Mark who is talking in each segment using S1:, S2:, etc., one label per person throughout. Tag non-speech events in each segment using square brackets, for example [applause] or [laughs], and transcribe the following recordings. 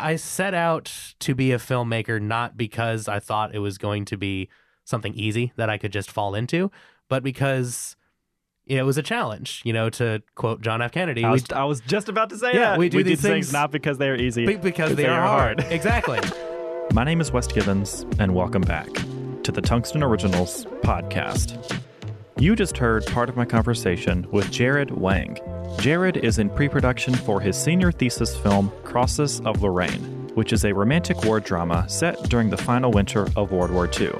S1: I set out to be a filmmaker not because I thought it was going to be something easy that I could just fall into, but because you know, it was a challenge, you know, to quote John F. Kennedy.
S2: I
S1: we-
S2: was, I was just about to say
S1: Yeah,
S2: that.
S1: we do
S2: we
S1: these
S2: did
S1: things-
S2: not because they are easy.
S1: [laughs] be- because they are hard.
S2: [laughs]
S1: exactly.
S2: My name is West Givens, and welcome back to the Tungsten Originals podcast. You just heard part of my conversation with Jared Wang. Jared is in pre production for his senior thesis film, Crosses of Lorraine, which is a romantic war drama set during the final winter of World War II.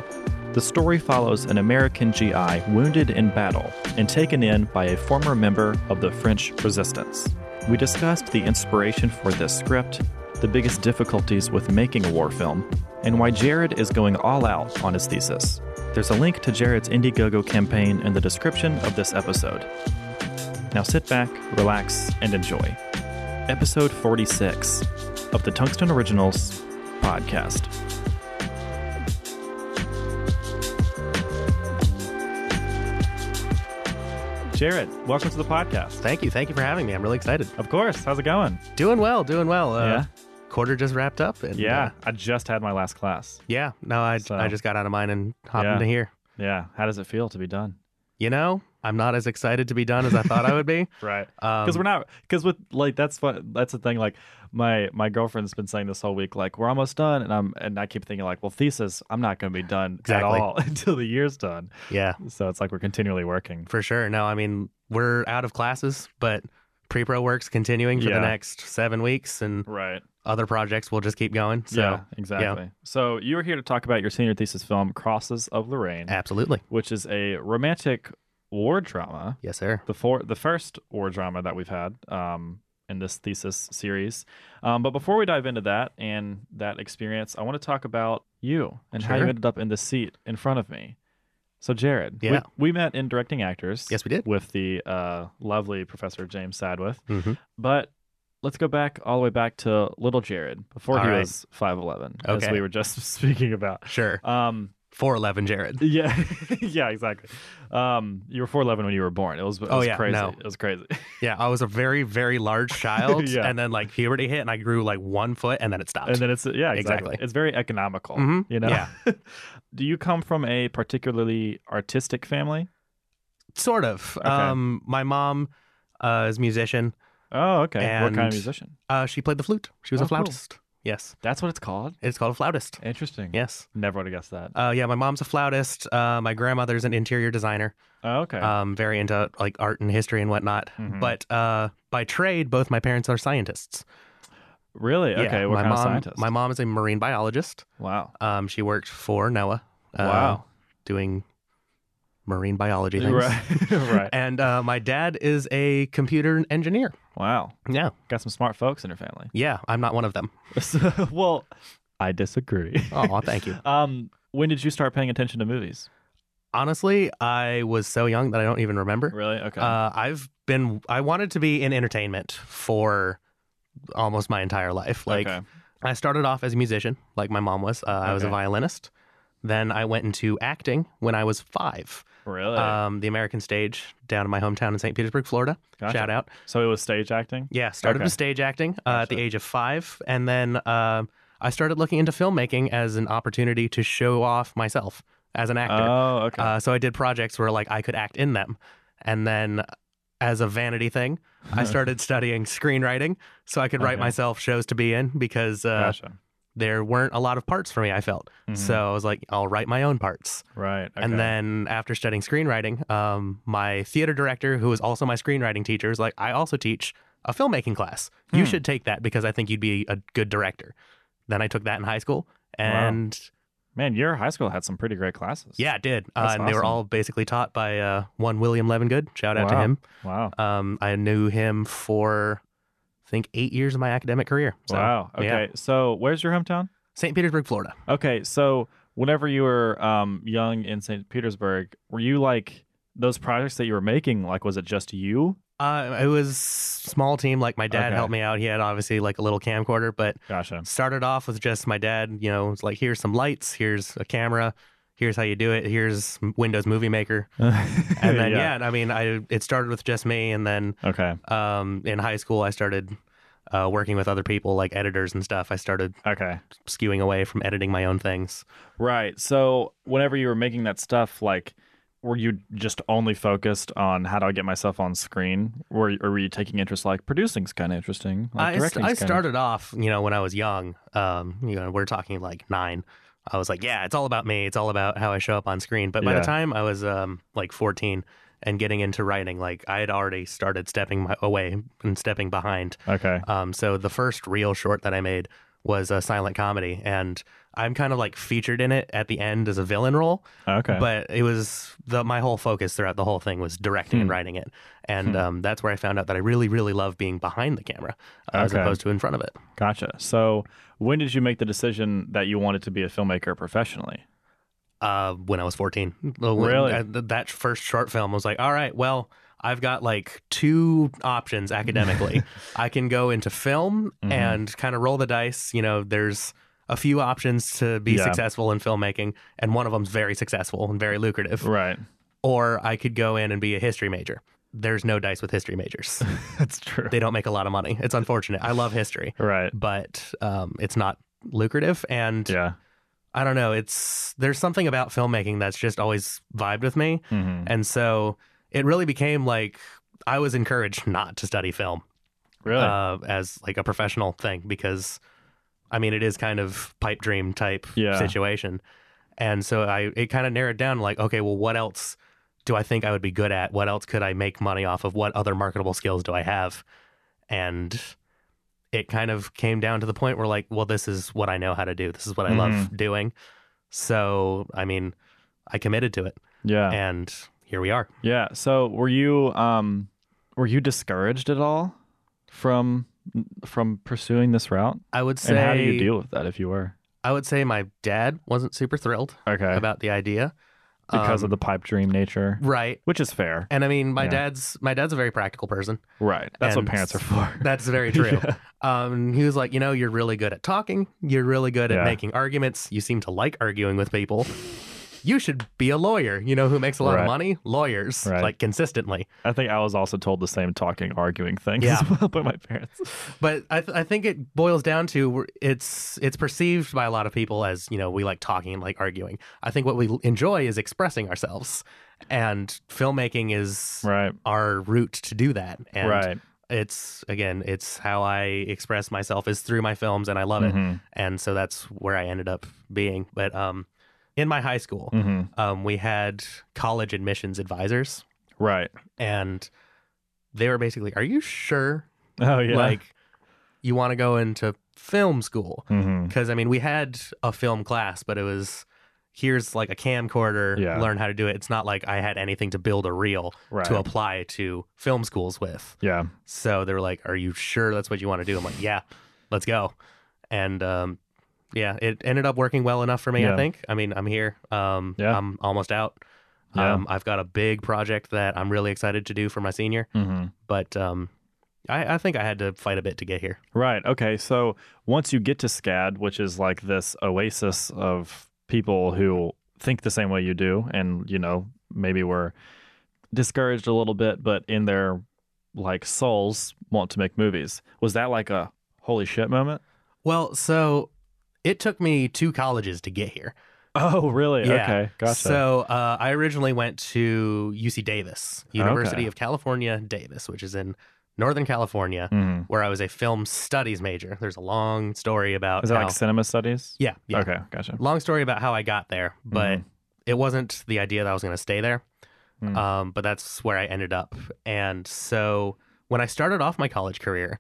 S2: The story follows an American GI wounded in battle and taken in by a former member of the French resistance. We discussed the inspiration for this script, the biggest difficulties with making a war film, and why Jared is going all out on his thesis. There's a link to Jared's Indiegogo campaign in the description of this episode. Now sit back, relax, and enjoy. Episode 46 of the Tungsten Originals podcast. Jared, welcome to the podcast.
S1: Thank you. Thank you for having me. I'm really excited.
S2: Of course. How's it going?
S1: Doing well, doing well. Uh,
S2: Yeah.
S1: Quarter just wrapped up. And,
S2: Yeah,
S1: uh,
S2: I just had my last class.
S1: yeah. No, I,
S2: So-
S1: I just got out of mine and hopped
S2: Yeah.
S1: into here.
S2: Yeah, how does it feel to be done?
S1: You know, I'm not as excited to be done as I thought I would
S2: [laughs]
S1: be.
S2: Right.
S1: Um,
S2: Because we're not. Because with like that's what that's the thing. Like my my girlfriend's been saying this whole week. Like we're almost done, and I'm and I keep thinking like, well, thesis, I'm not going to be done
S1: Exactly.
S2: at all [laughs] until the year's done.
S1: Yeah.
S2: So it's like we're continually working.
S1: For sure. No, I mean, we're out of classes, but pre pro work's continuing for
S2: Yeah.
S1: the next seven weeks, and
S2: Right.
S1: other projects will just keep going. So,
S2: yeah. Exactly. So you were here to talk about your senior thesis film, Crosses of Lorraine,
S1: absolutely.
S2: which is a romantic war drama.
S1: Yes, sir.
S2: the four, the first war drama that we've had um, in this thesis series. Um, but before we dive into that and that experience, I want to talk about you and how you
S1: Sure.
S2: ended up in the seat in front of me. So, Jared, we-
S1: Yeah.
S2: we, met in directing actors.
S1: Yes, we did.
S2: with the uh, lovely Professor James Sadwith.
S1: hmm
S2: But let's go back all the way back to little Jared before
S1: All
S2: he
S1: right.
S2: was five eleven, as
S1: Okay.
S2: we were just [laughs] speaking about.
S1: Sure.
S2: Um,
S1: 411 Jared.
S2: yeah, [laughs] yeah, exactly. Um, you were four eleven when you were born. It was, it was
S1: Oh, yeah,
S2: crazy.
S1: no.
S2: It was crazy.
S1: Yeah, I was a very, very large child.
S2: [laughs] Yeah.
S1: And then, like, puberty hit, and I grew like one foot, and then it stopped.
S2: and then it's yeah, exactly.
S1: Exactly.
S2: It's very economical.
S1: Mhm.
S2: You know.
S1: Yeah.
S2: Do you come from a particularly artistic family?
S1: sort of.
S2: [laughs] Okay.
S1: Um, my mom uh, is a musician.
S2: Oh, okay. what kind
S1: And-
S2: of musician?
S1: Uh, she played the flute. She was
S2: Oh,
S1: a
S2: cool.
S1: flautist. Yes.
S2: That's what it's called.
S1: It's called a flautist.
S2: Interesting.
S1: Yes.
S2: Never would have guessed that.
S1: Uh, yeah, my mom's a flautist. Uh, my grandmother's an interior designer.
S2: Oh, okay.
S1: um, very into like art and history and whatnot.
S2: Mhm.
S1: But uh, by trade, both my parents are scientists.
S2: really? Okay.
S1: Yeah,
S2: what
S1: my
S2: kind
S1: mom,
S2: of scientist?
S1: My mom is a marine biologist.
S2: wow.
S1: Um, she worked for NOAA. uh,
S2: wow.
S1: Doing marine biology things.
S2: Right. [laughs] right.
S1: [laughs] And uh, my dad is a computer engineer.
S2: Wow.
S1: Yeah,
S2: Got some smart folks in your family. [laughs]
S1: yeah. I'm not one of them.
S2: So- well, I disagree. [laughs]
S1: Oh, thank you.
S2: Um, when did you start paying attention to movies?
S1: Honestly, I was so young that I don't even remember.
S2: Really? Okay.
S1: Uh, I've been. I wanted to be in entertainment for almost my entire life. Like
S2: okay.
S1: I started off as a musician, like my mom was. Uh, I was a
S2: Okay.
S1: violinist. Then I went into acting when I was five.
S2: Really?
S1: Um, the American stage down in my hometown in St. Petersburg, Florida.
S2: Gotcha.
S1: Shout out.
S2: so it was stage acting.
S1: Yeah, started
S2: Okay.
S1: with stage acting uh, at the
S2: Gotcha.
S1: age of five. And then uh, I started looking into filmmaking as an opportunity to show off myself as an actor.
S2: Oh, okay.
S1: Uh, so I did projects where like I could act in them, and then as a vanity thing, I
S2: [laughs]
S1: started studying screenwriting so I could write
S2: Okay.
S1: myself shows to be in because uh,
S2: gotcha.
S1: there weren't a lot of parts for me. I felt
S2: Mhm.
S1: so I was like, I'll write my own parts.
S2: Right. Okay.
S1: And then after studying screenwriting, um, my theater director, who was also my screenwriting teacher, was like, I also teach a filmmaking class. You
S2: Hmm.
S1: should take that because I think you'd be a good director. Then I took that in high school, and
S2: Man, your high school had some pretty great classes.
S1: yeah, it did. Uh,
S2: That's
S1: and they were
S2: awesome.
S1: all basically taught by uh, one William Levingood. Shout out to
S2: Wow.
S1: him.
S2: Wow.
S1: Um, I knew him for, I think, eight years of my academic career. So,
S2: wow. Okay.
S1: yeah.
S2: So, where's your hometown?
S1: St. Petersburg, Florida.
S2: Okay. So, whenever you were um, young in St. Petersburg, were you like those projects that you were making? Like, was it just you?
S1: Uh, it was small team. Like my dad
S2: Okay.
S1: helped me out. He had obviously like a little camcorder, but
S2: Gotcha.
S1: started off with just my dad. You know, it's like here's some lights, here's a camera, here's how you do it, here's Windows Movie Maker, [laughs] and
S2: [laughs]
S1: then yeah. I mean, I it started with just me, and then
S2: Okay.
S1: um, in high school I started uh, working with other people like editors and stuff, I started
S2: Okay.
S1: skewing away from editing my own things.
S2: Right. So whenever you were making that stuff, like, were you just only focused on how do I get myself on screen, or, or were you taking interest like producing's kind of interesting? Like,
S1: I, st-
S2: directing's
S1: I
S2: kinda-
S1: started off, you know, when I was young. Um, you know, we're talking like nine. I was like, yeah, it's all about me. It's all about how I show up on screen. But by
S2: Yeah.
S1: the time I was um, like 14 and getting into writing, like I had already started stepping my- away and stepping behind.
S2: Okay.
S1: Um, so the first real short that I made was a silent comedy, and I'm kind of like featured in it at the end as a villain role.
S2: Okay.
S1: But it was the my whole focus throughout the whole thing was directing and
S2: Hmm.
S1: writing it, and
S2: Hmm.
S1: um, that's where I found out that I really, really love being behind the camera uh, as
S2: Okay.
S1: opposed to in front of it.
S2: gotcha. So when did you make the decision that you wanted to be a filmmaker professionally?
S1: Uh, when I was 14, When-
S2: Really?
S1: I- th- that first short film was like, all right, well. I've got like two options
S2: [laughs]
S1: academically. I can go into film
S2: Mhm.
S1: and kind of roll the dice. You know, there's a few options to be
S2: Yeah.
S1: successful in filmmaking, and one of them's very successful and very lucrative.
S2: [laughs] Right.
S1: Or I could go in and be a history major. There's no dice with history majors.
S2: That's true.
S1: they don't make a lot of money. It's unfortunate. I love history,
S2: Right.
S1: but um, it's not lucrative. And
S2: Yeah.
S1: I don't know. It's there's something about filmmaking that's just always vibed with me,
S2: hmm
S1: and so it really became like I was encouraged not to study film
S2: Really.
S1: uh, as like a professional thing because I mean it is kind of pipe dream type
S2: Yeah.
S1: situation, and so I it kind of narrowed down like okay, well, what else do I think I would be good at? What else could I make money off of? What other marketable skills do I have? And it kind of came down to the point where like, well, this is what I know how to do. This is what I
S2: Mm-hmm.
S1: love doing. So I mean, I committed to it,
S2: yeah.
S1: and here we are.
S2: Yeah. So were you um were you discouraged at all from from pursuing this route?
S1: I would say
S2: and how do you deal with that if you were?
S1: I would say my dad wasn't super thrilled
S2: Okay.
S1: about the idea Um,
S2: because of the pipe dream nature.
S1: right
S2: Which is fair.
S1: and i mean my
S2: Yeah.
S1: dad's my dad's a very practical person
S2: Right. That's what
S1: and-
S2: parents are for.
S1: that's very true
S2: Yeah.
S1: um he was like you know you're really good at talking you're really good at
S2: Yeah.
S1: making arguments you seem to like arguing with people you should be a lawyer you know who makes a lot
S2: Right.
S1: of money lawyers
S2: Right.
S1: like consistently
S2: [laughs] I think I was also told the same talking, arguing thing
S1: Yeah.
S2: as well by my parents.
S1: but I, th- I think it boils down to we're- it's it's perceived by a lot of people as you know we like talking and like arguing i think what we l- enjoy is expressing ourselves and filmmaking is
S2: Right.
S1: our route to do that and
S2: right.
S1: it's again it's how i express myself is through my films and i love it
S2: Mhm.
S1: and so that's where i ended up being but um in my high school
S2: Mhm.
S1: um we had college admissions advisors
S2: Right. [laughs]
S1: and they were basically are you sure
S2: Oh yeah.
S1: like you want to go into film school
S2: Mhm.
S1: because i mean we had a film class but it was here's like a camcorder
S2: Yeah.
S1: learn how to do it it's not like i had anything to build a reel
S2: right.
S1: to apply to film schools with
S2: yeah.
S1: so they were like, "Are you sure that's what you want to do?" I'm like, "Yeah, let's go." And um, yeah, it ended up working well enough for me.
S2: Yeah.
S1: I think. I mean, I'm here. Um,
S2: Yeah.
S1: I'm almost out.
S2: Yeah.
S1: Um, I've got a big project that I'm really excited to do for my senior,
S2: Mhm.
S1: but um, I, I think I had to fight a bit to get here.
S2: Right. Okay. So once you get to SCAD, which is like this oasis of people who think the same way you do, and you know maybe were discouraged a little bit, but in their like souls want to make movies. Was that like a holy shit moment?
S1: Well, so it took me two colleges to get here.
S2: Oh, really?
S1: Yeah.
S2: Okay. Gotcha.
S1: So uh, I originally went to UC Davis, University of California, Davis, which is in Northern California.
S2: Mhm.
S1: where I was a film studies major. There's a long story about
S2: Is that
S1: how,
S2: like cinema studies?
S1: yeah, yeah.
S2: Okay. Gotcha.
S1: Long story about how I got there, but
S2: Mhm.
S1: it wasn't the idea that I was going to stay there.
S2: Mm.
S1: Um, but that's where I ended up. And so when I started off my college career,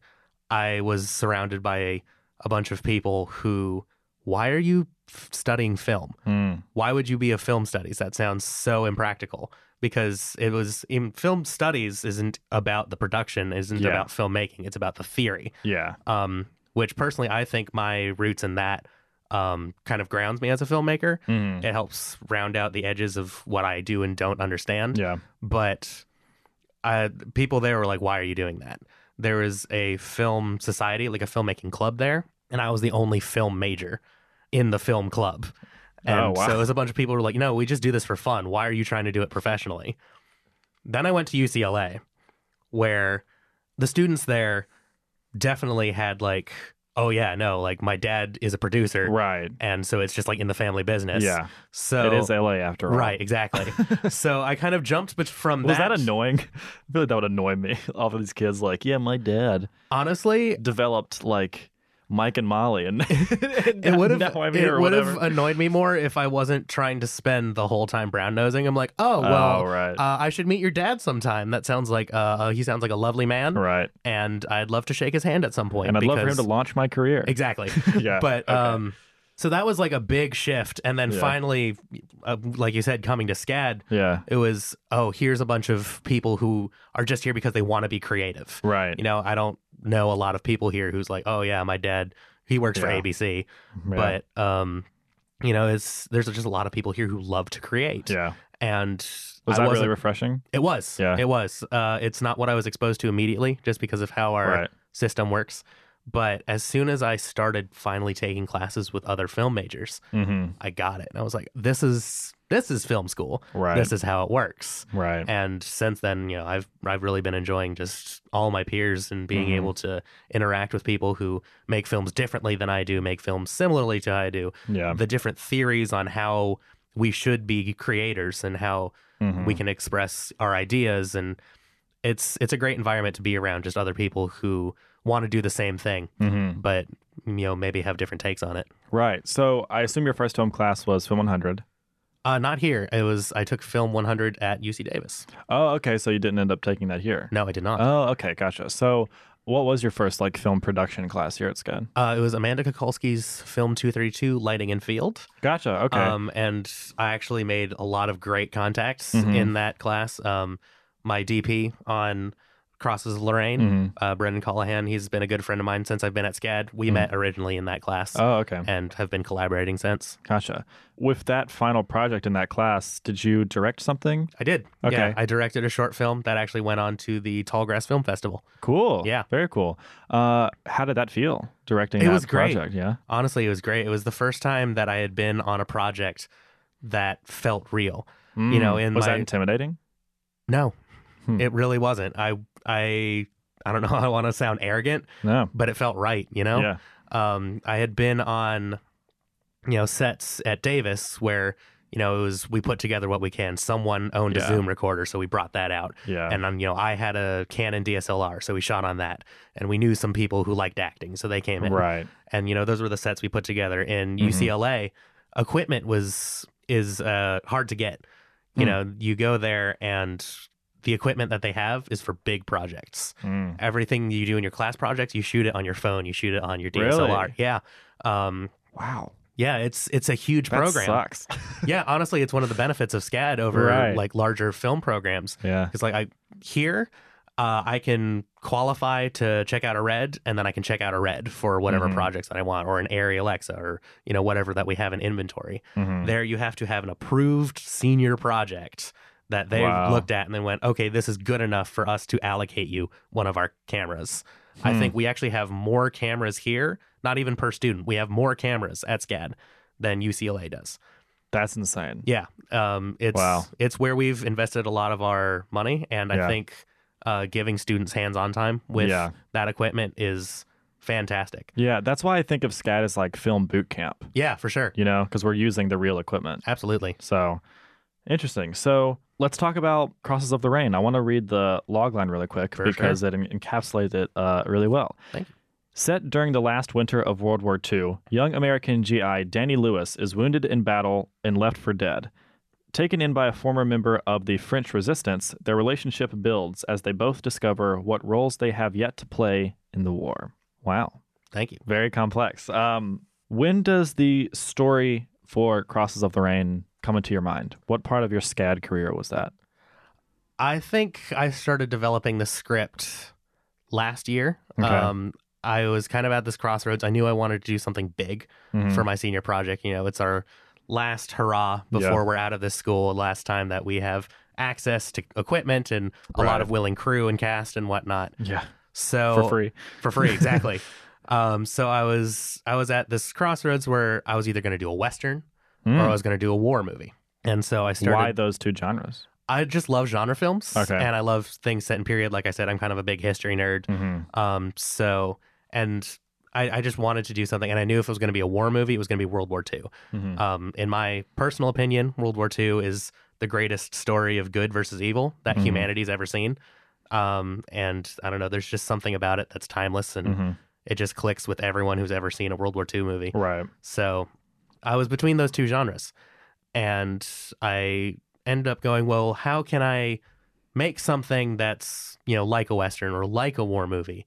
S1: I was surrounded by a, a bunch of people who, why are you f- studying film?
S2: Mm.
S1: why would you be a film studies? That sounds so impractical because it was in film studies isn't about the production, isn't
S2: Yeah.
S1: about filmmaking. It's about the theory.
S2: Yeah.
S1: Um, which personally, I think my roots in that um, kind of grounds me as a filmmaker.
S2: Mhm.
S1: It helps round out the edges of what I do and don't understand.
S2: Yeah.
S1: But uh, people there were like, "Why are you doing that?" There was a film society, like a filmmaking club there, and I was the only film major in the film club. And
S2: Oh, wow.
S1: so it was a bunch of people who were like, "No, we just do this for fun. Why are you trying to do it professionally?" Then I went to UCLA, where the students there definitely had like, oh yeah, no, like my dad is a producer,
S2: Right.
S1: and so it's just like in the family business.
S2: Yeah.
S1: so
S2: it is LA after all.
S1: right,
S2: [laughs]
S1: exactly. so I kind of jumped bet- from
S2: Was that,
S1: that.
S2: annoying? [laughs] I feel like that would annoy me. [laughs] All of these kids, like, yeah, my dad
S1: Honestly,
S2: developed like Mike and Molly, and [laughs] it
S1: it would have
S2: I mean,
S1: it
S2: or
S1: would have
S2: whatever.
S1: annoyed me more if I wasn't trying to spend the whole time brown nosing. I'm like, oh well,
S2: oh, right,
S1: uh, I should meet your dad sometime. That sounds like uh, uh, he sounds like a lovely man,
S2: right.
S1: and I'd love to shake his hand at some point.
S2: And I'd love for him
S1: because-
S2: to launch my career.
S1: exactly.
S2: [laughs] yeah,
S1: but
S2: okay.
S1: um, so that was like a big shift, and then
S2: Yeah.
S1: finally, uh, like you said, coming to SCAD,
S2: yeah,
S1: it was oh, here's a bunch of people who are just here because they want to be creative.
S2: right.
S1: You know, I don't know a lot of people here who's like, oh yeah, my dad he works for
S2: Yeah.
S1: ABC
S2: yeah.
S1: but um you know it's there's just a lot of people here who love to create
S2: yeah,
S1: and
S2: was
S1: I
S2: that
S1: wasn't-
S2: really refreshing?
S1: it was
S2: Yeah.
S1: it was uh it's not what i was exposed to immediately just because of how our
S2: Right.
S1: system works but as soon as i started finally taking classes with other film majors
S2: Mm-hmm.
S1: i got it and i was like this is this is film school
S2: Right.
S1: this is how it works
S2: right.
S1: and since then you know i've i've really been enjoying just all my peers and being
S2: Mhm.
S1: able to interact with people who make films differently than i do make films similarly to i do
S2: yeah.
S1: the different theories on how we should be creators and how
S2: Mhm.
S1: we can express our ideas and it's it's a great environment to be around just other people who want to do the same thing
S2: Mhm.
S1: but you know maybe have different takes on it
S2: Right. So I assume your first film class was Film 100.
S1: uh not here it was i took film 100 at uc davis
S2: Oh, okay. So you didn't end up taking that here.
S1: no i did not
S2: Oh, okay. Gotcha. So what was your first like film production class here at SCAD?
S1: uh, it was amanda kukulski's film 232 lighting and field
S2: Gotcha. Okay.
S1: Um, and I actually made a lot of great contacts
S2: Mhm.
S1: in that class. Um, my DP on Crosses of Lorraine,
S2: Mhm.
S1: uh, Brendan Callahan, he's been a good friend of mine since I've been at SCAD. We
S2: Mhm.
S1: met originally in that class
S2: Oh, okay.
S1: and have been collaborating since.
S2: Gotcha. With that final project in that class, did you direct something?
S1: I did. Yeah,
S2: Okay.
S1: I directed a short film that actually went on to the Tallgrass Film Festival.
S2: Cool.
S1: Yeah.
S2: Very cool. Uh, how did that feel directing
S1: It
S2: that
S1: was great.
S2: project? Yeah.
S1: Honestly, it was great. It was the first time that I had been on a project that felt real.
S2: Mm.
S1: know, in
S2: was
S1: my-
S2: that intimidating?
S1: No,
S2: Hmm.
S1: it really wasn't. I, I, I don't [laughs] know how I want to sound arrogant,
S2: No.
S1: but it felt right, you know?
S2: Yeah.
S1: um, I had been on, you know, sets at Davis where you know it was we put together what we can. Someone owned
S2: Yeah.
S1: a Zoom recorder, so we brought that out,
S2: Yeah.
S1: and um, you know I had a Canon DSLR, so we shot on that, and we knew some people who liked acting, so they came in,
S2: right.
S1: and you know those were the sets we put together. In
S2: Mhm.
S1: UCLA, equipment was is uh, hard to get. You
S2: Hmm.
S1: know, you go there and the equipment that they have is for big projects
S2: Mm.
S1: everything you do in your class projects, you shoot it on your phone, you shoot it on your DSLR.
S2: Really?
S1: Yeah. Um,
S2: Wow.
S1: yeah, it's it's a huge
S2: That
S1: program.
S2: sucks.
S1: Yeah, honestly, it's one of the benefits of SCAD over
S2: Right.
S1: like larger film programs.
S2: [laughs] yeah.
S1: Because like I here, uh, I can qualify to check out a red, and then I can check out a red for whatever
S2: Mhm.
S1: projects that I want, or an Airy Alexa, or you know whatever that we have in inventory.
S2: Mhm.
S1: There, you have to have an approved senior project that they
S2: Wow.
S1: have looked at and then went, okay, this is good enough for us to allocate you one of our cameras. I
S2: Hmm.
S1: think we actually have more cameras here, not even per student. We have more cameras at SCAD than UCLA does.
S2: That's insane.
S1: Yeah, um, it's
S2: Wow.
S1: it's where we've invested a lot of our money, and I
S2: Yeah.
S1: think uh, giving students hands-on time with
S2: Yeah.
S1: that equipment is fantastic.
S2: Yeah, that's why I think of SCAD as like film boot camp,
S1: Yeah, for sure,
S2: you know, because we're using the real equipment.
S1: absolutely.
S2: So interesting. So let's talk about Crosses of the Rain. I want to read the log line really quick
S1: For
S2: because it en- encapsulates it uh, really well.
S1: Thank
S2: you. Set during the last winter of World War II, young American GI Danny Lewis is wounded in battle and left for dead. Taken in by a former member of the French resistance, their relationship builds as they both discover what roles they have yet to play in the war. Wow.
S1: Thank you.
S2: Very complex. Um, when does the story for Crosses of the Rain come into your mind? What part of your SCAD career was that?
S1: I think I started developing the script last year.
S2: Okay.
S1: Um, I was kind of at this crossroads. I knew I wanted to do something big
S2: Mm.
S1: for my senior project. You know, it's our last hurrah
S2: Yeah.
S1: before we're out of this school, last time that we have access to equipment and a
S2: Right.
S1: lot of willing crew and cast and whatnot.
S2: yeah,
S1: So
S2: for free.
S1: for free,
S2: [laughs]
S1: exactly. um, so I was I was at this crossroads where I was either going to do a western or I
S2: Mm.
S1: was going to do a war movie, and so I started.
S2: Why those two genres?
S1: I just love genre films.
S2: Okay.
S1: And I love things set in period. Like I said, I'm kind of a big history nerd.
S2: hmm
S1: Um, so, and I, I just wanted to do something. And I knew if it was going to be a war movie, it was going to be World War II.
S2: hmm
S1: Um, in my personal opinion, World War II is the greatest story of good versus evil that
S2: Mhm.
S1: humanity's ever seen. Um, and I don't know, there's just something about it that's timeless and
S2: hmm
S1: it just clicks with everyone who's ever seen a World War II movie.
S2: Right.
S1: So I was between those two genres. And I ended up going, well, how can I make something that's, you know, like a Western or like a war movie,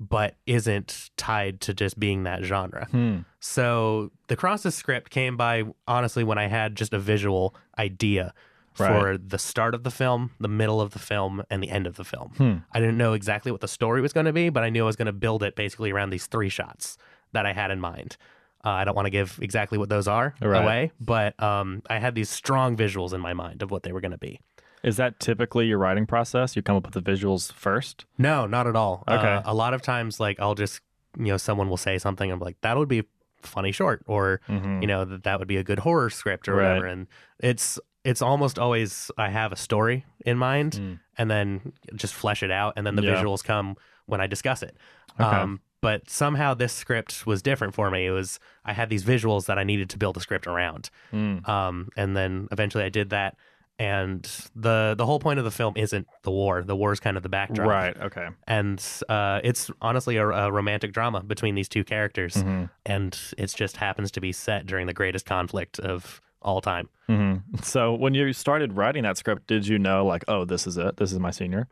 S1: but isn't tied to just being that genre?
S2: Hmm.
S1: So the Crosses script came by honestly when I had just a visual idea for the start of the film, the middle of the film, and the end of the film.
S2: Hmm.
S1: I didn't know exactly what the story was going to be, but I knew I was going to build it basically around these three shots that I had in mind. Uh, I don't want to give exactly what those are
S2: Right.
S1: away, but um, I had these strong visuals in my mind of what they were going to be.
S2: Is that typically your writing process? You come up with the visuals first?
S1: No, not at all.
S2: Okay.
S1: Uh, a lot of times, like I'll just you know someone will say something, I'm like, that would be a funny short, or
S2: Mm-hmm.
S1: you know that that would be a good horror script or
S2: Right.
S1: whatever and it's it's almost always i have a story in mind
S2: Mm.
S1: and then just flesh it out and then the
S2: Yeah.
S1: visuals come when i discuss it Um,
S2: Okay.
S1: but somehow this script was different for me it was i had these visuals that i needed to build a script around
S2: Mm.
S1: um, and then eventually i did that and the the whole point of the film isn't the war the war is kind of the backdrop
S2: Right. Okay.
S1: and uh, it's honestly a, a romantic drama between these two characters
S2: Mhm.
S1: and it just happens to be set during the greatest conflict of all time.
S2: Mhm. So when you started writing that script, did you know like, oh, this is it? This is my senior.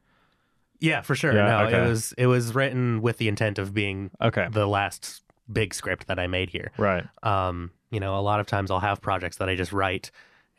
S1: Yeah, for sure.
S2: Yeah,
S1: no,
S2: okay.
S1: it was it was written with the intent of being
S2: Okay.
S1: the last big script that I made here.
S2: Right.
S1: Um, you know, a lot of times I'll have projects that I just write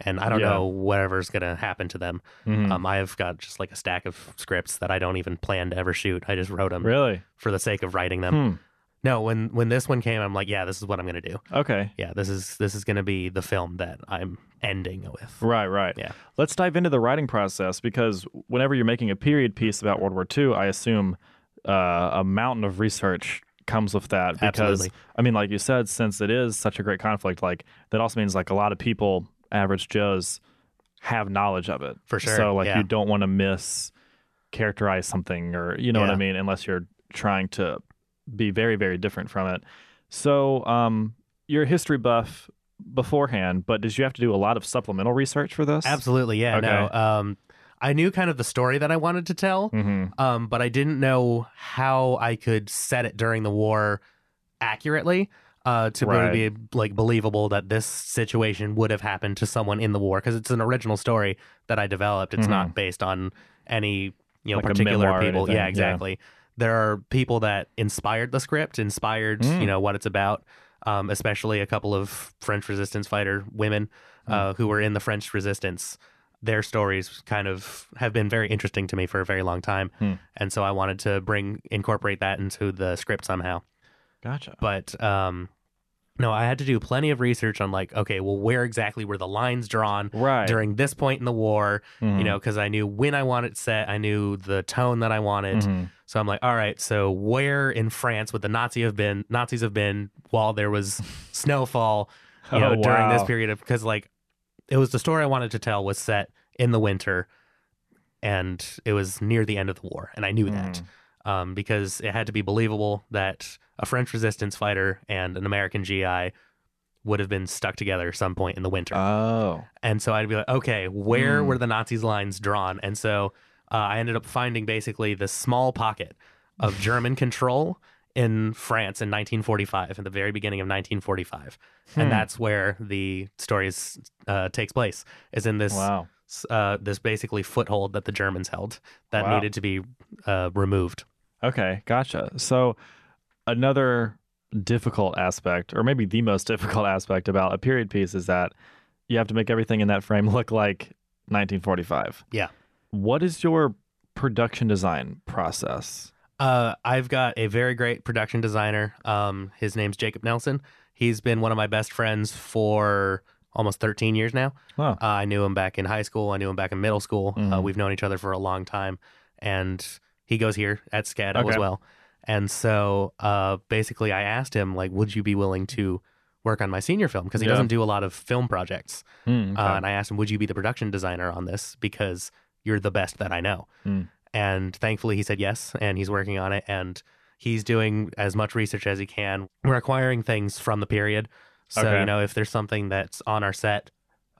S1: and I don't
S2: Yeah.
S1: know whatever's going to happen to them.
S2: Mhm.
S1: Um, I've got just like a stack of scripts that I don't even plan to ever shoot. I just wrote them
S2: really?
S1: for the sake of writing them.
S2: Hmm.
S1: No, when when this one came I'm like, yeah, this is what I'm going to do.
S2: Okay.
S1: Yeah, this is this is going to be the film that I'm ending with.
S2: Right, right.
S1: Yeah.
S2: Let's dive into the writing process because whenever you're making a period piece about World War II, I assume uh, a mountain of research comes with that because
S1: Absolutely.
S2: I mean, like you said, since it is such a great conflict, like that also means like a lot of people, average Joes, have knowledge of it
S1: For sure,
S2: So like
S1: yeah.
S2: you don't want to miss characterize something or you know what I
S1: Yeah.
S2: mean, unless you're trying to be very very different from it. So um, you're a history buff beforehand, but did you have to do a lot of supplemental research for this?
S1: Absolutely, yeah. No,
S2: Okay.
S1: um, I knew kind of the story that I wanted to tell,
S2: hmm
S1: um, but I didn't know how I could set it during the war accurately uh, to
S2: Right.
S1: be like believable that this situation would have happened to someone in the war because it's an original story that I developed. It's not based on any you know
S2: Mm-hmm. Like a
S1: particular
S2: memoir or
S1: people.
S2: anything, yeah.
S1: Yeah, exactly. There are people that inspired the script, inspired
S2: Mm.
S1: you know what it's about. Um, especially a couple of French resistance fighter women
S2: Mm.
S1: uh, who were in the French resistance their stories kind of have been very interesting to me for a very long time.
S2: Hmm.
S1: And so I wanted to bring incorporate that into the script somehow.
S2: Gotcha.
S1: But um no, I had to do plenty of research on like, okay, well where exactly were the lines drawn
S2: Right.
S1: during this point in the war,
S2: Mhm.
S1: you know, cuz I knew when I wanted it set, I knew the tone that I wanted.
S2: Mhm.
S1: So I'm like, all right, so where in France would the Nazi have been Nazis have been while there was
S2: [laughs]
S1: snowfall, you know,
S2: Oh,
S1: during this
S2: wow.
S1: period of because like it was the story I wanted to tell was set in the winter and it was near the end of the war. And I knew
S2: Mm-hmm.
S1: that.
S2: Mm.
S1: Um, because it had to be believable that a French resistance fighter and an American GI would have been stuck together at some point in the winter.
S2: Oh.
S1: And so I'd be like, okay, where
S2: Hmm.
S1: were the Nazis' lines drawn? And so uh, I ended up finding basically this small pocket
S2: [sighs]
S1: of German control in France in 1945, at the very beginning of 1945.
S2: Hmm.
S1: And that's where the story is, uh, takes place, is in this,
S2: Wow.
S1: uh, this basically foothold that the Germans held that
S2: Wow.
S1: needed to be uh, removed.
S2: Okay, gotcha. So another difficult aspect, or maybe the most [laughs] difficult aspect about a period piece is that you have to make everything in that frame [laughs] look like 1945.
S1: Yeah.
S2: What is your production design process?
S1: Uh, I've got a very great production designer. Um, his name's Jacob Nelson. He's been one of my best friends for almost 13 years now.
S2: Wow.
S1: Uh, I knew him back in high school. I knew him back in middle school. Uh,
S2: Mhm.
S1: we've known each other for a long time, and he goes here at SCAD
S2: Okay.
S1: as well. And so, uh, basically, I asked him like, "Would you be willing to work on my senior film because he
S2: Yeah.
S1: doesn't do a lot of film projects.
S2: Mm, okay.
S1: Uh, and I asked him, "Would you be the production designer on this? Because you're the best that I know."
S2: Mm.
S1: And thankfully, he said yes, and he's working on it, and he's doing as much research as he can. We're acquiring things from the period, so
S2: Okay.
S1: you know if there's something that's on our set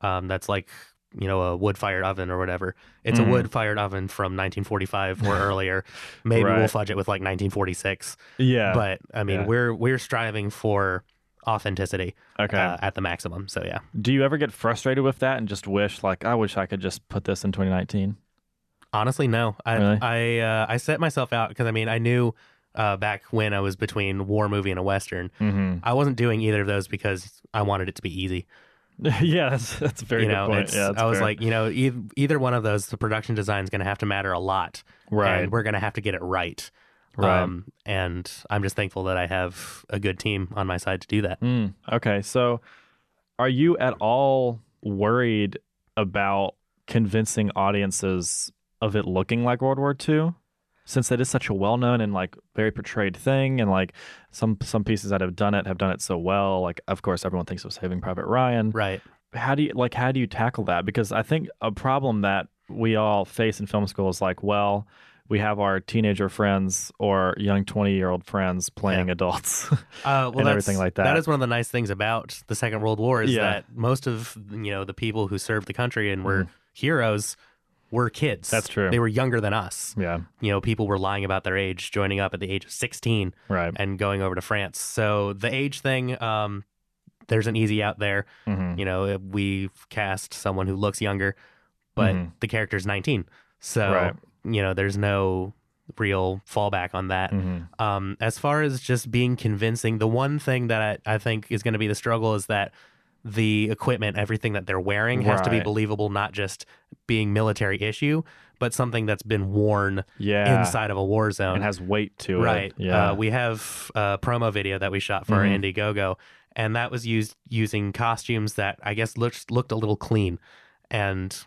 S1: um, that's like you know a wood fired oven or whatever, it's
S2: Mhm.
S1: a wood fired oven from 1945
S2: [laughs]
S1: or earlier. Maybe we'll
S2: Right.
S1: fudge it with like 1946,
S2: yeah.
S1: but I mean
S2: Yeah.
S1: we're we're striving for authenticity
S2: okay.
S1: uh, at the maximum. So yeah.
S2: Do you ever get frustrated with that and just wish, like, I wish I could just put this in 2019?
S1: Honestly, no. I
S2: Really?
S1: I uh, I set myself out because I mean I knew uh, back when I was between war movie and a western,
S2: Mm-hmm. [laughs]
S1: I wasn't doing either of those because I wanted it to be easy.
S2: yeah, that's, that's a very
S1: you
S2: good
S1: know,
S2: point.
S1: it's-
S2: yeah, that's
S1: I was
S2: fair.
S1: like, you know, e- either one of those, the production design is going to have to matter a lot,
S2: right,
S1: And we're going to have to get it right.
S2: right.
S1: Um, and I'm just thankful that I have a good team on my side to do that.
S2: Mm, okay, so are you at all worried about convincing audiences of it looking like World War II? Since that is such a well-known and like very portrayed thing, and like some some pieces that have done it have done it so well, like of course everyone thinks of Saving Private Ryan.
S1: Right.
S2: How do you like how do you tackle that? Because I think a problem that we all face in film school is like, well, we have our teenager friends or young twenty-year-old friends playing adults. [laughs]
S1: Uh, well,
S2: And
S1: that's-
S2: everything like that.
S1: That is one of the nice things about the Second World War is
S2: Yeah.
S1: that most of you know the people who served the country and were heroes were kids.
S2: Mm-hmm. That's true.
S1: They were younger than us.
S2: yeah,
S1: You know, people were lying about their age, joining up at the age of 16
S2: right.
S1: and going over to France. So the age thing, um, there's an easy out there.
S2: Mm-hmm.
S1: You know, we cast someone who looks younger, but
S2: Mhm.
S1: the character's 19. So
S2: Right.
S1: you know, there's no real fallback on that.
S2: Mm-hmm.
S1: Um, as far as just being convincing, the one thing that I, I think is going to be the struggle is that the equipment, everything that they're wearing, has to be
S2: Right.
S1: believable, not just being military issue, but something that's been worn
S2: Yeah.
S1: inside of a war zone.
S2: And has weight to it.
S1: right.
S2: Yeah.
S1: Uh, we have a promo video that we shot for our
S2: Mhm.
S1: Indiegogo, and that was used using costumes that I guess looked looked a little clean, and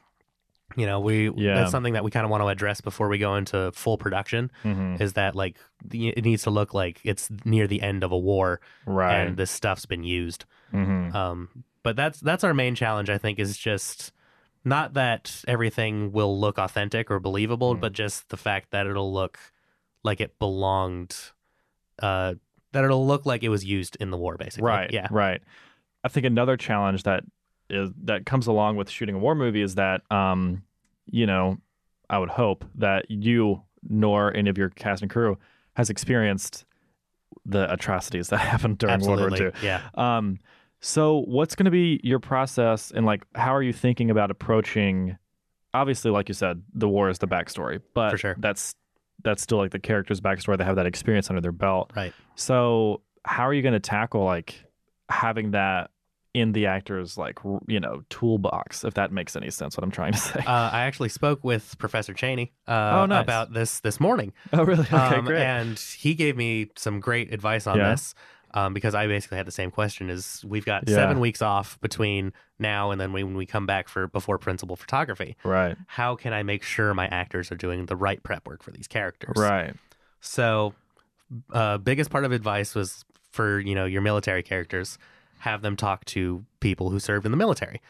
S1: you know we
S2: Yeah.
S1: that's something that we kind of want to address before we go into full production
S2: Mhm.
S1: is that like the- it needs to look like it's near the end of a war
S2: Right.
S1: and this stuff's been used.
S2: hmm
S1: Um, but that's that's our main challenge, I think, is just not that everything will look authentic or believable,
S2: Mm.
S1: but just the fact that it'll look like it belonged, uh, that it'll look like it was used in the war, basically.
S2: Right.
S1: Yeah.
S2: Right. I think another challenge that is that comes along with shooting a war movie is that, um, you know, I would hope that you nor any of your cast and crew has experienced the atrocities that [laughs] happened during World
S1: Absolutely.
S2: War II.
S1: Yeah.
S2: Um, so what's going to be your process and like how are you thinking about approaching? Obviously, like you said, the war is the backstory, but
S1: For sure.
S2: that's that's still like the character's backstory. They have that experience under their belt,
S1: Right.
S2: So how are you going to tackle like having that in the actor's like r- you know toolbox? If that makes any sense, what I'm trying to say.
S1: Uh, I actually spoke with Professor Cheney uh,
S2: Oh, nice.
S1: about this this morning.
S2: [laughs] oh, really? Okay,
S1: um,
S2: great.
S1: And he gave me some great advice on
S2: Yeah.
S1: this um, because I basically had the same question: is we've got
S2: Yeah.
S1: seven weeks off between now and then when we come back for before principal photography.
S2: right.
S1: How can I make sure my actors are doing the right prep work for these characters?
S2: Right.
S1: So, uh, biggest part of advice was for you know your military characters, have them talk to people who served in the military,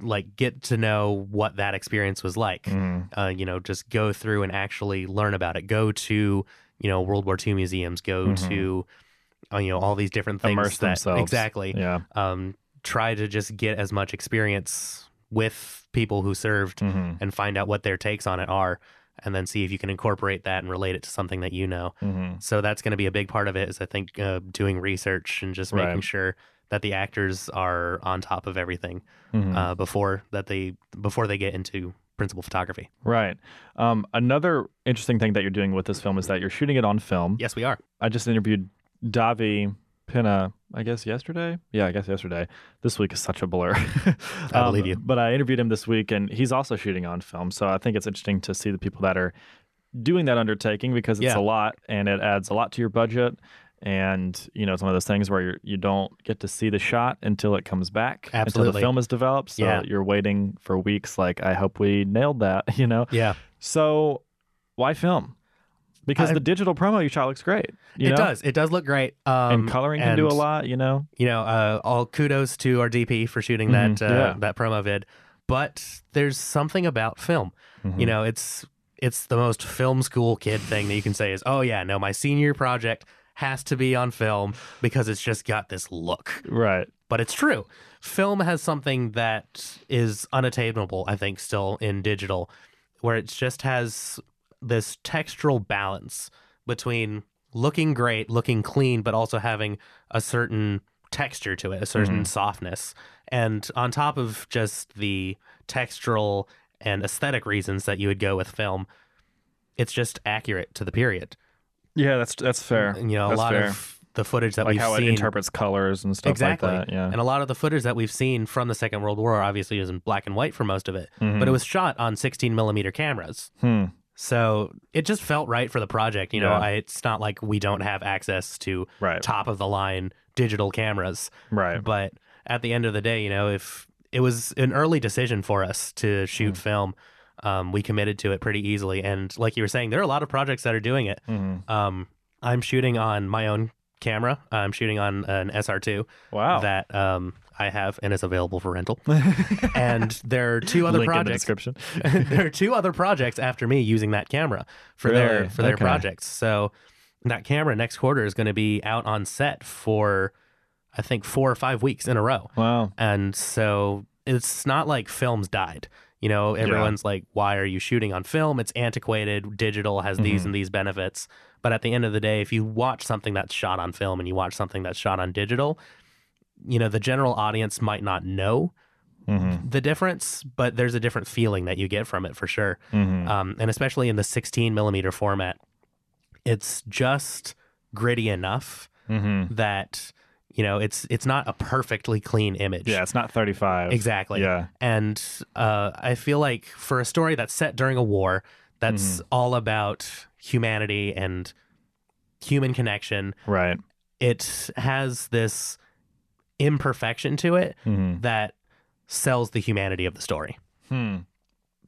S1: like get to know what that experience was like
S2: Mm.
S1: uh, you know, just go through and actually learn about it. Go to, you know, World War II museums. Go
S2: Mhm.
S1: to, uh, you know, all these different things.
S2: Immerse
S1: that,
S2: themselves.
S1: Exactly.
S2: Yeah.
S1: Um, try to just get as much experience with people who served
S2: hmm
S1: and find out what their takes on it are, and then see if you can incorporate that and relate it to something that you know.
S2: hmm
S1: So that's going to be a big part of it. Is I think uh, doing research and just making
S2: Right.
S1: sure that the actors are on top of everything
S2: hmm
S1: uh, before that they before they get into principal photography.
S2: Right. Um, another interesting thing that you're doing with this film is that you're shooting it on film.
S1: Yes, we are.
S2: I just interviewed Davi Pinna, I guess yesterday. Yeah, I guess yesterday. This week is such a blur.
S1: [laughs]
S2: Um,
S1: I believe you.
S2: But I interviewed him this week, and he's also shooting on film. So I think it's interesting to see the people that are doing that undertaking because it's
S1: Yeah.
S2: a lot, and it adds a lot to your budget. And you know, it's one of those things where you're, you don't get to see the shot until it comes back, until the
S1: Absolutely.
S2: film is developed. So
S1: Yeah.
S2: you're waiting for [laughs] weeks. Like I hope we nailed that. You know.
S1: Yeah.
S2: So why film? because
S1: I-
S2: the digital promo you shot looks great. You
S1: it
S2: know?
S1: does. It does look great. Um,
S2: and coloring can do a
S1: and-
S2: lot, you know.
S1: you know, uh, all kudos to our DP for shooting
S2: Mhm,
S1: that uh,
S2: yeah.
S1: that promo vid. But there's something about film.
S2: Mhm.
S1: You know, it's it's the most film school kid thing that you can say is, oh yeah, no, my senior project has to be on film because it's just got this look.
S2: Right.
S1: But it's true. Film has something that is unattainable, I think, still in digital, where it just has this textural balance between looking great, looking clean, but also having a certain texture to it, a certain
S2: Mhm.
S1: softness. And on top of just the textural and aesthetic reasons that you would go with film, it's just accurate to the period.
S2: Yeah, that's that's fair.
S1: You know, a
S2: That's
S1: lot
S2: fair.
S1: of the footage that
S2: like
S1: we've
S2: how it
S1: seen
S2: interprets colors and stuff
S1: exactly.
S2: like that. Yeah.
S1: And a lot of the footage that we've seen from the Second World War obviously is in black and white for most of it,
S2: Mhm.
S1: but it was shot on 16 millimeter cameras.
S2: Hmm.
S1: So it just felt right for the project. You know,
S2: Yeah.
S1: I, it's not like we don't have access to
S2: Right.
S1: top of the line digital cameras,
S2: Right.
S1: but at the end of the day, you know, if it was an early decision for us to
S2: Mm.
S1: shoot film, um, we committed to it pretty easily. And like you were saying, there are a lot of projects that are doing it.
S2: Mhm.
S1: Um, I'm shooting on my own camera. I'm shooting on an SR2
S2: Wow. [laughs]
S1: that um, I have and is available for rental. and there are two other
S2: Link in the
S1: projects. [laughs]
S2: description.
S1: there are two other projects after me using that camera for
S2: Really?
S1: their for their
S2: Okay.
S1: projects. So that camera next quarter is going to be out on set for I think four or five weeks in a row.
S2: Wow.
S1: And so it's not like films died. You know, everyone's like, why are you shooting on film? It's antiquated. Digital has these
S2: Mhm.
S1: and these benefits. But at the end of the day, if you watch something that's shot on film and you watch something that's shot on digital, you know, the general audience might not know
S2: Mhm.
S1: the difference, but there's a different feeling that you get from it for sure.
S2: Mhm.
S1: Um, and especially in the 16 millimeter format, it's just gritty enough
S2: Mhm.
S1: that, you know, it's it's not a perfectly clean image.
S2: Yeah, it's not 35.
S1: Exactly.
S2: Yeah.
S1: And uh, I feel like for a story that's set during a war, that's
S2: Mm-hmm.
S1: all about humanity and human connection,
S2: Right.
S1: it has this imperfection to it
S2: Mhm.
S1: that sells the humanity of the story.
S2: Hmm.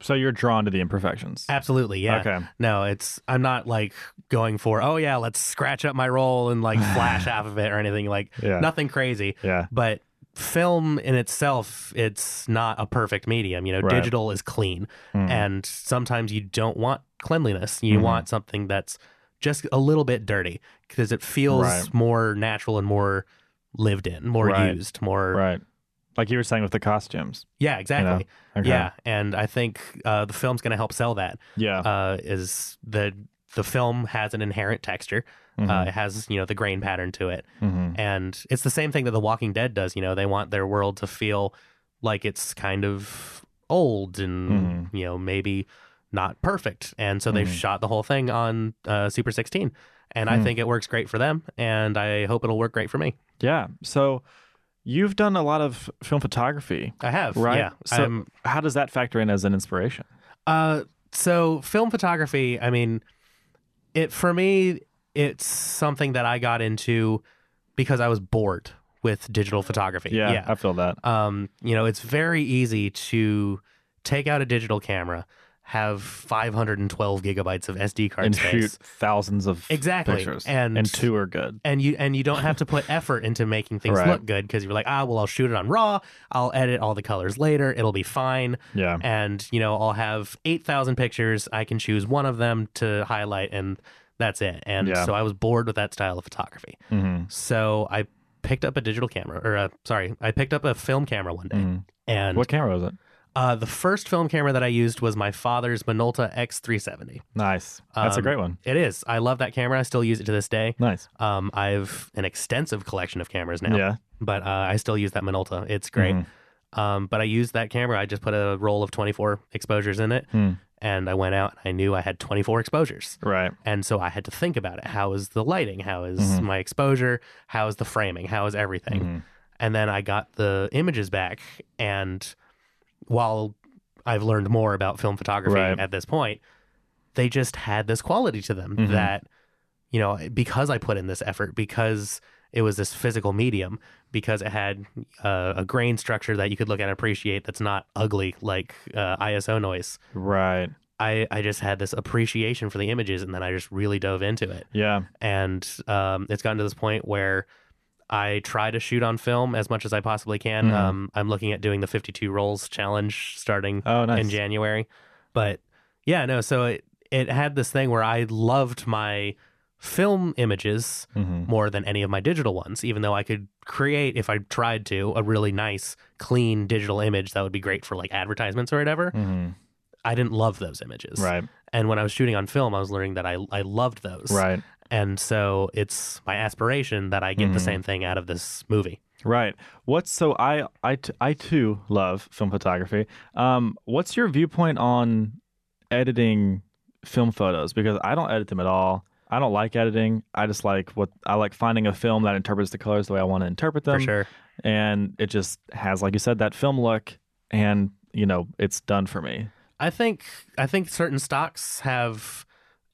S2: So you're drawn to the imperfections.
S1: Absolutely. Yeah.
S2: Okay.
S1: No, it's, I'm not like going for, oh, yeah, let's scratch up my role and
S2: [sighs]
S1: like flash half of it or anything like
S2: Yeah.
S1: nothing crazy.
S2: Yeah.
S1: But film in itself, it's not a perfect medium. You know,
S2: Right.
S1: digital is clean.
S2: Mhm.
S1: and sometimes you don't want cleanliness you
S2: Mhm.
S1: want something that's just a little bit dirty because it feels
S2: Right.
S1: more natural and more lived in more
S2: Right.
S1: used more
S2: right. Like you were saying with the costumes.
S1: yeah exactly
S2: Okay.
S1: yeah and i think uh, the film's going to help sell that
S2: Yeah.
S1: uh, is the the film has an inherent texture
S2: Mm-hmm,
S1: uh, it has you know the grain pattern to it
S2: Mhm.
S1: and it's the same thing that the walking dead does you know they want their world to feel like it's kind of old and
S2: Mm-hmm.
S1: you know maybe not perfect and so they've
S2: Mhm.
S1: shot the whole thing on uh, super 16 and
S2: Hmm.
S1: i think it works great for them and i hope it'll work great for me
S2: Yeah. So you've done a lot of film photography.
S1: i have
S2: Right.
S1: yeah
S2: So-
S1: Um,
S2: How does that factor in as an inspiration?
S1: uh, so film photography i mean it for me it's something that i got into because i was bored with digital photography
S2: Yeah, I feel that.
S1: um, you know, it's very easy to take out a digital camera, have 512 gigabytes of SD card
S2: and
S1: space,
S2: shoot thousands of
S1: Exactly.
S2: pictures.
S1: And-
S2: two are good.
S1: and you and you don't have to put effort into making things
S2: Right.
S1: look good because you're like, ah, well, I'll shoot it on RAW, I'll edit all the colors later, it'll be fine,
S2: Yeah.
S1: and you know, I'll have 8,000 pictures, I can choose one of them to highlight, and that's it. And
S2: Yeah.
S1: so I was bored with that style of photography,
S2: mm-hmm.
S1: so I picked up a digital camera, or uh, sorry, I picked up a film camera one day,
S2: Mhm.
S1: and
S2: What camera was it?
S1: Uh, the first film camera that I used was my father's Minolta X370.
S2: Nice. That's a
S1: Um,
S2: great one.
S1: It is. I love that camera. I still use it to this day.
S2: Nice.
S1: Um, I have an extensive collection of cameras now,
S2: Yeah.
S1: but uh, I still use that Minolta. It's great.
S2: Mhm.
S1: Um, but I used that camera. I just put a roll of 24 exposures in it,
S2: Hmm.
S1: and I went out and I knew I had 24 exposures.
S2: Right.
S1: And so I had to think about it. How is the lighting? How is
S2: Mhm.
S1: my exposure? How is the framing? How is everything?
S2: Mhm.
S1: and then I got the images back. And while I've learned more about film photography
S2: Right.
S1: at this point, they just had this quality to them
S2: Mhm.
S1: that, you know, because I put in this effort, because it was this physical medium, because it had uh, a grain structure that you could look at and appreciate that's not ugly like uh, ISO noise.
S2: Right.
S1: I, I just had this appreciation for the images and then I just really dove into it.
S2: Yeah.
S1: And um, it's gotten to this point where I try to shoot on film as much as I possibly can.
S2: Mhm.
S1: Um, I'm looking at doing the 52 rolls challenge starting
S2: Oh, nice.
S1: in January. But yeah, no, so it, it had this thing where I loved my film images
S2: Mhm.
S1: more than any of my digital ones, even though I could create, if I tried to, a really nice, clean digital image that would be great for like advertisements or whatever.
S2: Mhm.
S1: I didn't love those images.
S2: Right.
S1: And when I was shooting on film, I was learning that I, I loved those.
S2: Right.
S1: And so it's my aspiration that I get the
S2: Mhm.
S1: same thing out of this movie.
S2: Right. What's so I I t- I too love film photography. Um, what's your viewpoint on editing film photos? Because I don't edit them at all. I don't like editing. I just like what I like finding a film that interprets the colors the way I want to interpret them.
S1: for sure.
S2: And it just has, like you said, that film look, and you know, it's done for me.
S1: I think I think certain stocks have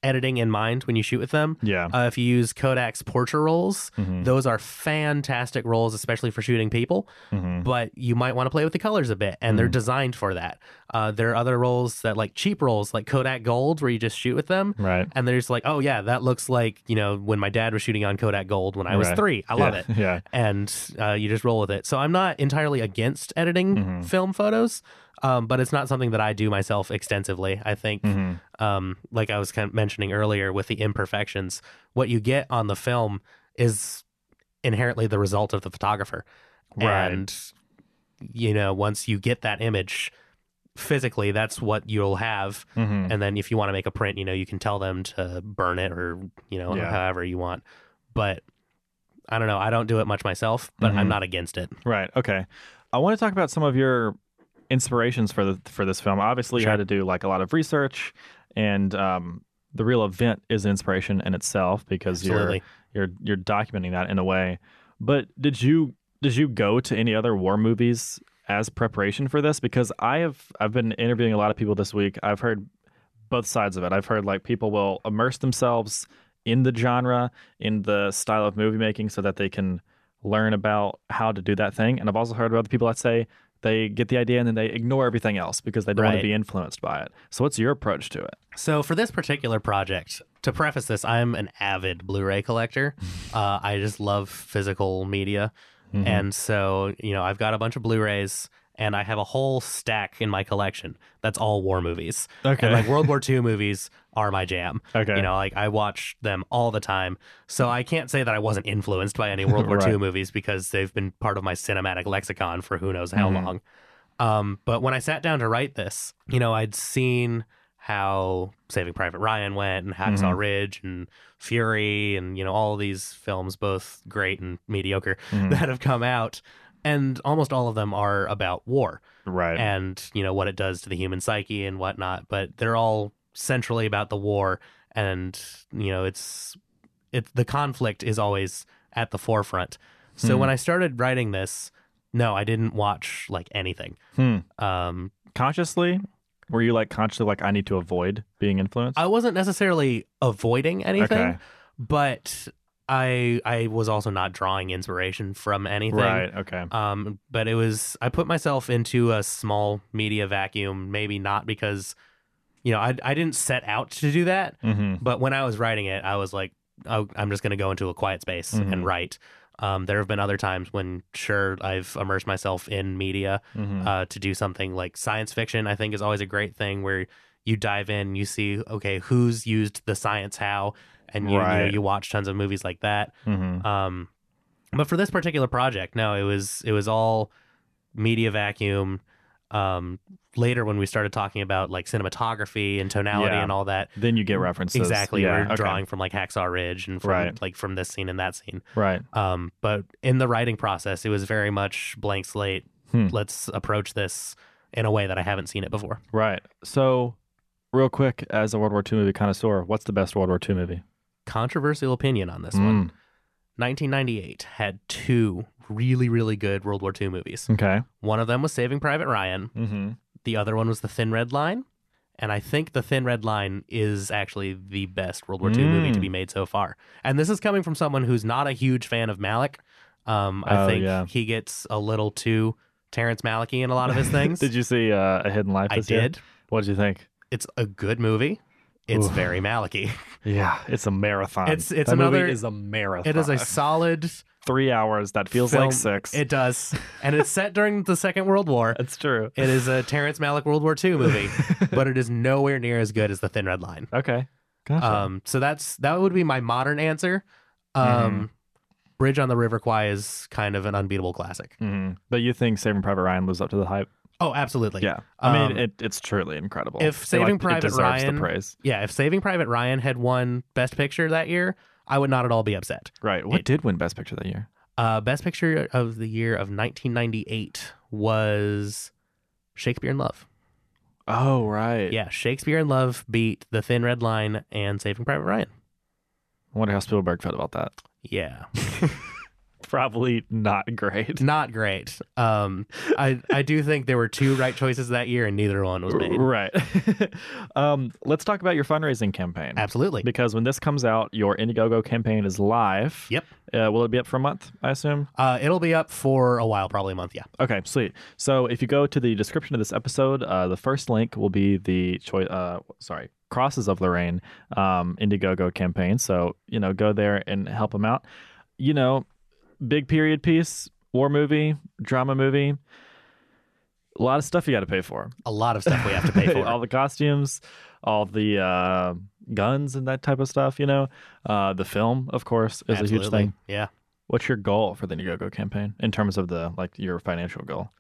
S1: editing in mind when you shoot with them.
S2: Yeah.
S1: Uh, if you use Kodak's portrait rolls,
S2: Mhm.
S1: those are fantastic rolls, especially for shooting people.
S2: Mhm.
S1: But you might want to play with the colors a bit, and they're
S2: Mm.
S1: designed for that. Uh, there are other rolls that like cheap rolls, like Kodak Gold, where you just shoot with them.
S2: Right.
S1: And they're just like, oh yeah, that looks like you know when my dad was shooting on Kodak Gold when I was
S2: Right.
S1: three. I love
S2: yeah.
S1: it.
S2: [laughs] Yeah.
S1: and uh, you just roll with it. So I'm not entirely against editing
S2: Mhm.
S1: film photos, um, but it's not something that I do myself extensively. I think,
S2: Mhm.
S1: um, like I was kind of mentioning earlier with the imperfections, what you get on the film is inherently the result of the photographer.
S2: Right.
S1: And, you know, once you get that image physically, that's what you'll have.
S2: Mhm.
S1: And then if you want to make a print, you know, you can tell them to burn it or, you know,
S2: Yeah.
S1: however you want. But I don't know. I don't do it much myself, but
S2: Mhm.
S1: I'm not against it.
S2: Right. Okay. I want to talk about some of your inspirations for the for this film. Obviously, you
S1: Sure.
S2: had to do like a lot of research, and um, the real event is inspiration in itself because
S1: Absolutely.
S2: you're you're you're documenting that in a way. But did you did you go to any other war movies as preparation for this? Because I have I've been interviewing a lot of people this week. I've heard both sides of it. I've heard like people will immerse themselves in the genre, in the style of movie making, so that they can learn about how to do that thing. And I've also heard about the people that say they get the idea and then they ignore everything else because they don't want to
S1: Right.
S2: be influenced by it. So what's your approach to it?
S1: So for this particular project, to preface this, I'm an avid Blu-ray collector.
S2: Mm-hmm.
S1: uh, I just love physical media, and so you know I've got a bunch of Blu-rays, and I have a whole stack in my collection that's all war movies.
S2: Okay.
S1: and like World
S2: [laughs]
S1: War II movies are my jam.
S2: Okay.
S1: you know, like I watch them all the time. So I can't say that I wasn't influenced by any World War
S2: Right.
S1: II movies because they've been part of my cinematic lexicon for who knows how
S2: Mm-hmm.
S1: long. Um, but when I sat down to write this, you know, I'd seen how Saving Private Ryan went and Hacksaw Ridge and Fury and, you know, all these films, both great and mediocre, [laughs]
S2: Mm-hmm.
S1: that have come out. And almost all of them are about war
S2: Right.
S1: and, you know, what it does to the human psyche and whatnot. But they're all centrally about the war. And, you know, it's, it's the conflict is always at the forefront. So when I started writing this, no, I didn't watch like anything.
S2: Hmm.
S1: Um,
S2: Consciously, were you like consciously like I need to avoid being influenced?
S1: I wasn't necessarily avoiding anything,
S2: Okay.
S1: but I I was also not drawing inspiration from anything.
S2: Right. Okay.
S1: Um, but it was I put myself into a small media vacuum. Maybe not because, you know, I I didn't set out to do that.
S2: Mm-hmm.
S1: But when I was writing it, I was like, oh, I'm just going to go into a quiet space
S2: Mhm.
S1: and write. Um, there have been other times when, sure, I've immersed myself in media
S2: Mm-hmm.
S1: uh, to do something like science fiction. I think is always a great thing where you dive in, you see, okay, who's used the science how, and you you, know,
S2: Right.
S1: you watch tons of movies like that.
S2: mm-hmm.
S1: Um, but for this particular project, no, it was it was all media vacuum. Um, later when we started talking about like cinematography and tonality
S2: Yeah.
S1: and all that,
S2: Then you get references.
S1: exactly
S2: Yeah.
S1: we're
S2: okay.
S1: drawing from like Hacksaw Ridge and from
S2: Right.
S1: like from this scene and that scene.
S2: Right.
S1: Um, but in the writing process, it was very much blank slate.
S2: Hmm.
S1: Let's approach this in a way that I haven't seen it before.
S2: Right. So, real quick, as a World War II movie connoisseur, what's the best World War II movie?
S1: Controversial opinion on this
S2: Hmm.
S1: one. 1998 had two really, really good World War II movies.
S2: Mm, Okay.
S1: One of them was Saving Private Ryan.
S2: [laughs] Mm-hmm.
S1: The other one was The Thin Red Line. And I think The Thin Red Line is actually the best World War II movie to
S2: Mm.
S1: be made so far. And this is coming from someone who's not a huge fan of Malick. Um, I
S2: Oh,
S1: think
S2: yeah.
S1: he gets a little
S2: [laughs]
S1: too Terrence Malicky in a lot of his things.
S2: Did you see uh, A Hidden Life?
S1: I
S2: this year?
S1: did.
S2: What did you think?
S1: it's a good movie. It's
S2: Oof.
S1: very
S2: [laughs]
S1: Malicky.
S2: Yeah, it's a marathon.
S1: It's- it's
S2: That movie
S1: another-
S2: is a marathon.
S1: It is a
S2: [laughs]
S1: solid.
S2: three hours that feels
S1: film.
S2: like six.
S1: It does, and it's set during the Second World
S2: [laughs]
S1: War.
S2: That's true.
S1: It is a Terrence Malick World War II movie, but it is nowhere near as good as The Thin Red Line.
S2: Okay, gotcha.
S1: Um, so that's that would be my modern answer. Um,
S2: Mm-hmm.
S1: Bridge on the River Kwai is kind of an unbeatable classic.
S2: Mhm. But you think Saving Private Ryan lives up to the hype?
S1: Oh, absolutely.
S2: yeah, I mean
S1: um,
S2: it, it's truly incredible.
S1: if
S2: It,
S1: Saving Private
S2: it deserves
S1: Ryan-
S2: the praise,
S1: Yeah, If Saving Private Ryan had won Best Picture that year, I would not at all be upset.
S2: right? What
S1: it-
S2: did win Best Picture that year?
S1: Uh, Best Picture of the year of 1998 was Shakespeare in Love.
S2: Oh, right.
S1: Yeah, Shakespeare in Love beat The Thin Red Line and Saving Private Ryan.
S2: I wonder how Spielberg felt about that.
S1: Yeah,
S2: Probably not great.
S1: not great. Um, I I do think there were two right choices that year, and neither one was made.
S2: [laughs] Right. [laughs] um, let's talk about your fundraising campaign.
S1: Absolutely.
S2: Because when this comes out, your Indiegogo campaign is live.
S1: Yep.
S2: Uh, will it be up for a month? I assume.
S1: Uh, it'll be up for a while, probably a month. Yeah.
S2: Okay, sweet. So if you go to the description of this episode, uh, the first link will be the choice. Uh, sorry, Crosses of Lorraine um, Indiegogo campaign. So you know, go there and help them out. You know, big period piece, war movie, drama movie. A lot of stuff you got to pay for.
S1: A lot of stuff we have [laughs] to
S2: [laughs]
S1: pay for.
S2: all the costumes, all the uh, guns and that type of stuff. You know, uh, the film, of course, is a huge
S1: Absolutely.
S2: thing.
S1: Yeah.
S2: What's your goal for the Indiegogo campaign in terms of the like your financial goal?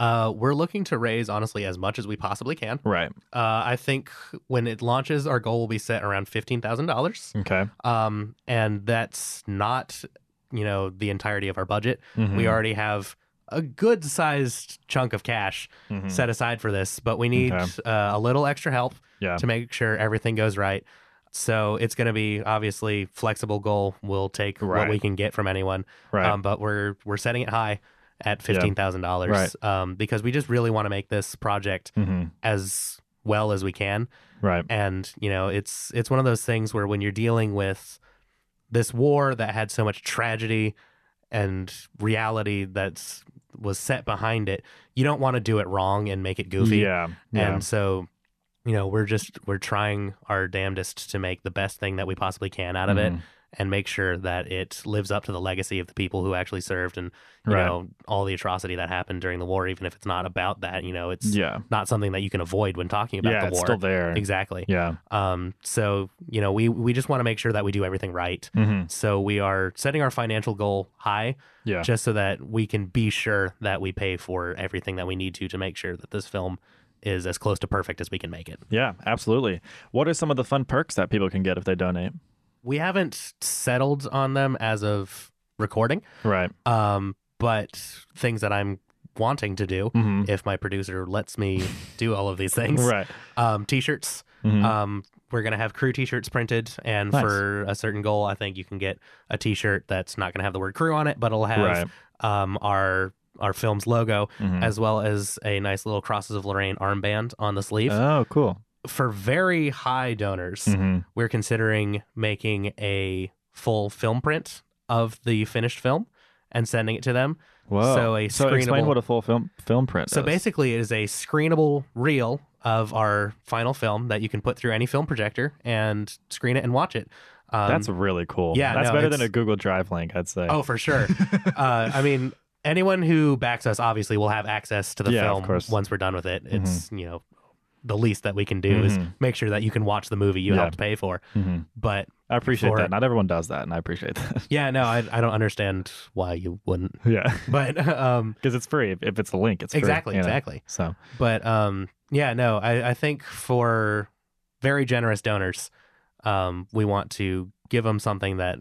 S1: Uh, we're looking to raise honestly as much as we possibly can.
S2: Right.
S1: Uh, I think when it launches, our goal will be set around fifteen thousand dollars.
S2: Okay.
S1: Um, and that's not, you know, the entirety of our budget.
S2: Mm-hmm.
S1: We already have a good sized chunk of cash
S2: Mm-hmm.
S1: set aside for this, but we need
S2: Mm. Okay.
S1: uh, a little extra help
S2: Yeah.
S1: to make sure everything goes right. So it's going to be obviously flexible goal. We'll take
S2: Right.
S1: what we can get from anyone,
S2: Right.
S1: um, but we're we're setting it high at fifteen thousand dollars
S2: Right.
S1: um, because we just really want to make this project
S2: hmm
S1: as well as we can.
S2: Right.
S1: And you know, it's it's one of those things where when you're dealing with this war that had so much tragedy and reality that's was set behind it, you don't want to do it wrong and make it goofy.
S2: Yeah. Yeah.
S1: And so, you know, we're just we're trying our damnedest to make the best thing that we possibly can out of it
S2: Mhm.
S1: and make sure that it lives up to the legacy of the people who actually served and you
S2: Right.
S1: know all the atrocity that happened during the war even if it's not about that, you know, it's
S2: Yeah.
S1: not something that you can avoid when talking about
S2: Yeah.
S1: the
S2: It's
S1: war.
S2: still there.
S1: Exactly.
S2: Yeah.
S1: Um so, you know, we we just want to make sure that we do everything right.
S2: hmm
S1: So we are setting our financial goal high
S2: Yeah.
S1: just so that we can be sure that we pay for everything that we need to to make sure that this film is as close to perfect as we can make it.
S2: Yeah. Absolutely. What are some of the fun perks that people can get if they donate?
S1: We haven't settled on them as of recording,
S2: Right.
S1: um, but things that I'm wanting to do
S2: Mm-hmm.
S1: if my producer lets me do all of these things.
S2: Right.
S1: Um, t-shirts.
S2: Mhm.
S1: Um, we're gonna have crew t-shirts printed, and
S2: Nice.
S1: for a certain goal, I think you can get a t-shirt that's not gonna have the word crew on it, but it'll have
S2: Right.
S1: um, our our film's logo
S2: Mhm.
S1: as well as a nice little crosses of Lorraine armband on the sleeve.
S2: Oh, cool.
S1: For very high donors,
S2: hmm
S1: we're considering making a full film print of the finished film and sending it to them.
S2: Whoa.
S1: So a
S2: so explain
S1: screenable-
S2: what a full film film print
S1: So
S2: is.
S1: basically, it is a screenable reel of our final film that you can put through any film projector and screen it and watch it. Um,
S2: that's really cool.
S1: yeah,
S2: That's
S1: no,
S2: better than
S1: it's-
S2: a Google Drive link, I'd say.
S1: oh for
S2: [laughs]
S1: sure. uh, I mean, anyone who backs us obviously will have access to the
S2: Yeah, of
S1: film
S2: course. Mm-hmm.
S1: once we're done with it. It's you know the least that we can do is
S2: Mhm.
S1: make sure that you can watch the movie you
S2: Yeah.
S1: helped pay for.
S2: Mhm.
S1: But
S2: I appreciate
S1: For-
S2: that. Not everyone does that, and I appreciate that. [laughs]
S1: yeah, no, I, I don't understand why you wouldn't. [laughs]
S2: yeah.
S1: But um,
S2: Because it's free. If- If it's a link, it's free,
S1: exactly,
S2: you know?
S1: exactly.
S2: So
S1: But um, yeah, no, I, I think for very generous donors, um, we want to give them something that,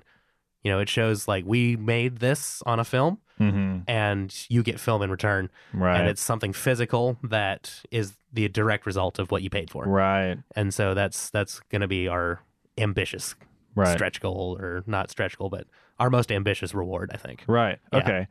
S1: you know, it shows like we made this on a film
S2: mhm.
S1: and you get film in return.
S2: right.
S1: And it's something physical that is the direct result of what you paid for.
S2: right.
S1: And so that's that's going to be our ambitious
S2: Right.
S1: stretch goal or not stretch goal, but our most ambitious reward, I think.
S2: Right.
S1: Yeah.
S2: Okay.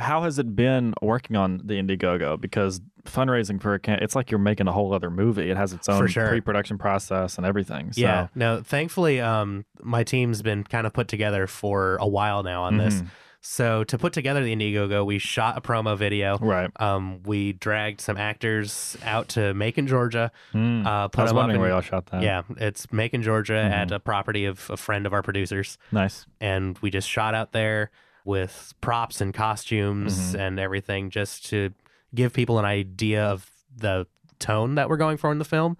S2: How has it been working on the Indiegogo? Because fundraising for a can it's like you're making a whole other movie. It has its own
S1: For sure.
S2: pre-production process and everything. So,
S1: Yeah. No, thankfully, um, my team's been kind of put together for a while now on this.
S2: Mhm.
S1: So to put together the Indiegogo, we shot a promo video.
S2: Right.
S1: Um, we dragged some actors out to Macon, Georgia.
S2: Mm.
S1: Uh,
S2: I
S1: put
S2: was
S1: them up
S2: wondering
S1: in-
S2: where y'all shot that.
S1: yeah, it's Macon, Georgia,
S2: Mhm.
S1: at a property of a friend of our producers,
S2: Nice.
S1: and we just shot out there with props and costumes
S2: Mhm.
S1: and everything, just to give people an idea of the tone that we're going for in the film.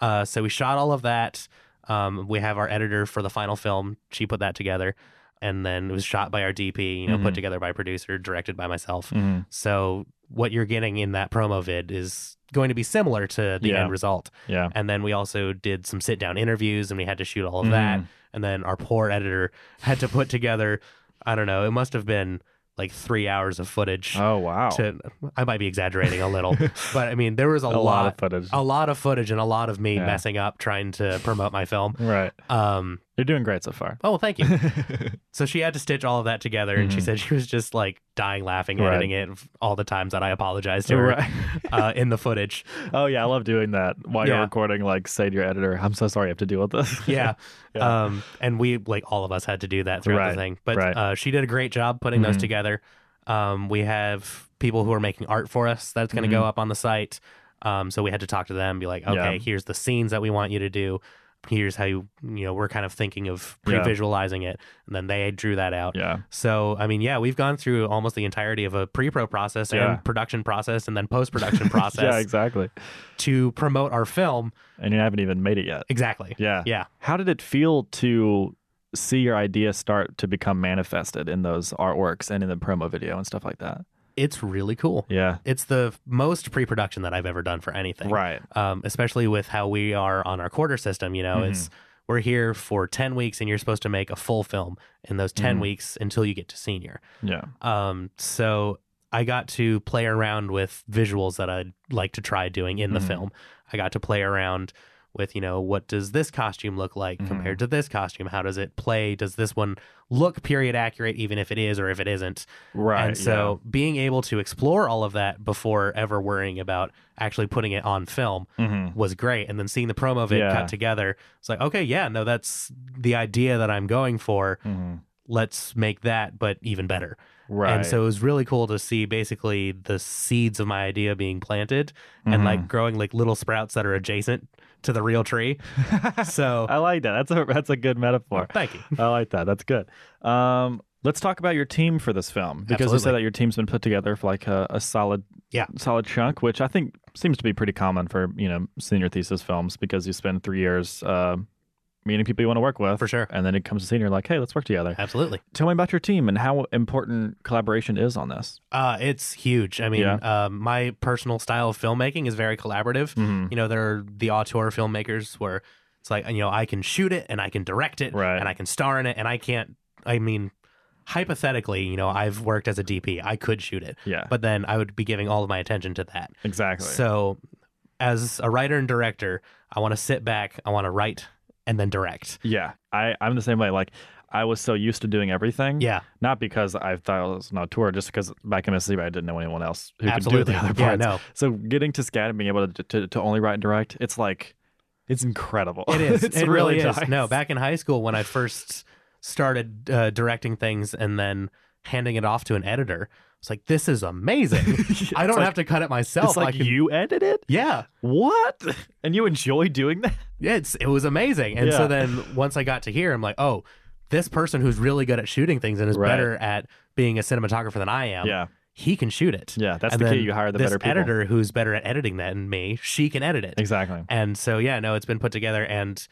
S1: Uh, so we shot all of that. Um, we have our editor for the final film; she put that together, and then it was shot by our DP, you know,
S2: Mhm.
S1: put together by producer, directed by myself.
S2: Mhm.
S1: So what you're getting in that promo vid is going to be similar to the
S2: Yeah.
S1: end result.
S2: Yeah.
S1: And then we also did some sit down interviews and we had to shoot all of
S2: Mhm.
S1: that. And then our poor editor had to put together, I don't know, it must have been like three hours of footage.
S2: Oh wow.
S1: to, I might be exaggerating a
S2: [laughs]
S1: little, but I mean, there was a,
S2: a
S1: lot,
S2: lot of footage.
S1: a lot of footage and a lot of me
S2: Yeah.
S1: messing up trying to promote my film.
S2: Right.
S1: Um,
S2: You're doing great
S1: [laughs]
S2: so far. [laughs]
S1: oh, well, thank you. So she had to stitch all of that together, and she
S2: Mhm.
S1: said she was just like dying laughing,
S2: Right.
S1: editing it all the times that I apologized to her
S2: right.
S1: uh, in the footage.
S2: Oh yeah, I love doing that while you're
S1: Yeah.
S2: recording. Like, say to your editor, "I'm so sorry, I have to deal with
S1: [laughs]
S2: this."
S1: Yeah.
S2: Yeah.
S1: Um, and we, like all of us, had to do that throughout
S2: Right,
S1: the thing. But
S2: right.
S1: uh, she did a great job putting those
S2: Mhm.
S1: together. Um, we have people who are making art for us that's going to go up on the site. Um, so we had to talk to them, be like,
S2: Mm-hmm. Yeah.
S1: okay, here's the scenes that we want you to do. Here's how you, you know, we're kind of thinking of
S2: Yeah.
S1: pre visualizing it. And then they drew that out.
S2: [laughs] yeah.
S1: So, I mean, yeah, we've gone through almost the entirety of a pre pro process
S2: Yeah.
S1: and production process
S2: [laughs]
S1: and then post production process
S2: Yeah. Exactly.
S1: to promote our film.
S2: And you haven't even made it yet.
S1: Exactly.
S2: Yeah.
S1: Yeah.
S2: How did it feel to see your idea start to become manifested in those artworks and in the promo video and stuff like that?
S1: It's really cool.
S2: Yeah.
S1: It's the most pre production that I've ever done for anything.
S2: Right.
S1: Um, especially with how we are on our quarter system. You know, it's we're here for 10 weeks and you're supposed to make a full film in those 10
S2: Mhm.
S1: weeks until you get to senior.
S2: Yeah.
S1: Um, so I got to play around with visuals that I'd like to try doing in the
S2: Mhm.
S1: film. I got to play around with, you know, what does this costume look like
S2: Mhm.
S1: compared to this costume? How does it play? Does this one look period accurate, even if it is or if it isn't?
S2: Right.
S1: and so being able to explore all of that before ever worrying about actually putting it on film
S2: yeah. Mhm.
S1: was great. And then seeing the promo of it
S2: Yeah.
S1: cut together, it's like, okay, yeah, no, that's the idea that I'm going for.
S2: Mhm.
S1: Let's make that, but even better.
S2: Right.
S1: And so it was really cool to see basically the seeds of my idea being planted
S2: Mm-hmm.
S1: and like growing like little sprouts that are adjacent to the real
S2: [laughs]
S1: tree. So
S2: I like that. That's a that's a good metaphor.
S1: thank you.
S2: I like that. That's good. Um, let's talk about your team for this film because you said
S1: Absolutely.
S2: that your team's been put together for like a, a solid,
S1: Yeah.
S2: solid chunk, which I think seems to be pretty common for you know senior thesis films because you spend three years uh, meeting people you want to work with
S1: For sure.
S2: and then it comes to senior like, hey, let's work together.
S1: Absolutely.
S2: Tell me about your team and how important collaboration is on this.
S1: Uh, it's huge. I mean,
S2: Yeah.
S1: um, my personal style of filmmaking is very collaborative.
S2: Mm-hmm.
S1: You know, there are the auteur filmmakers where it's like, you know, I can shoot it and I can direct it
S2: Right.
S1: and I can star in it and I can't, I mean, hypothetically, you know, I've worked as a DP, I could shoot it,
S2: Yeah,
S1: but then I would be giving all of my attention to that.
S2: exactly.
S1: So, as a writer and director, I want to sit back, I want to write and then direct.
S2: yeah, I I'm the same way. Like I was so used to doing everything.
S1: Yeah,
S2: not because I thought it was an auteur, just because back in Mississippi I didn't know anyone else who
S1: absolutely.
S2: could do the other
S1: yeah,
S2: parts.
S1: no,
S2: So getting to scat and being able to, to, to only write and direct, it's like it's incredible.
S1: it is.
S2: [laughs] It's
S1: it really, is.
S2: nice.
S1: No,
S2: [laughs]
S1: back in high school when I first started uh, directing things and then handing it off to an editor, it's like this is amazing.
S2: It's
S1: I don't
S2: like-
S1: have to cut it myself.
S2: It's like
S1: I can-
S2: you edit it.
S1: Yeah,
S2: What? [laughs] And you enjoy doing that?
S1: yeah, it's it was amazing. And
S2: Yeah.
S1: so then once I got to here, I'm like, oh, this person who's really good at shooting things and is
S2: Right.
S1: better at being a cinematographer than I am,
S2: yeah,
S1: he can shoot it.
S2: yeah. That's
S1: And
S2: the key.
S1: then
S2: You hire the
S1: this
S2: better people.
S1: editor who's better at editing than me. She can edit it,
S2: Exactly.
S1: and so yeah, no, it's been put together. And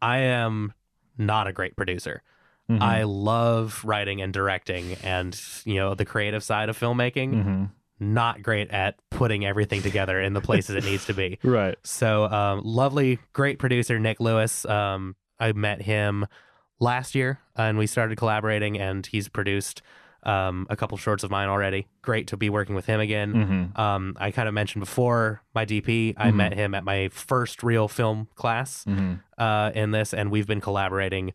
S1: I am not a great producer.
S2: Mhm.
S1: I love writing and directing, and you know the creative side of filmmaking.
S2: Mhm.
S1: Not great at putting everything together in the places it needs to be.
S2: Right.
S1: So um, lovely, great producer Nick Lewis. Um, I met him last year, and we started collaborating, and he's produced um, a couple shorts of mine already. Great to be working with him again.
S2: hmm
S1: Um, I kind of mentioned before my DP. I
S2: Mhm.
S1: met him at my first real film class
S2: hmm
S1: uh, in this, and we've been collaborating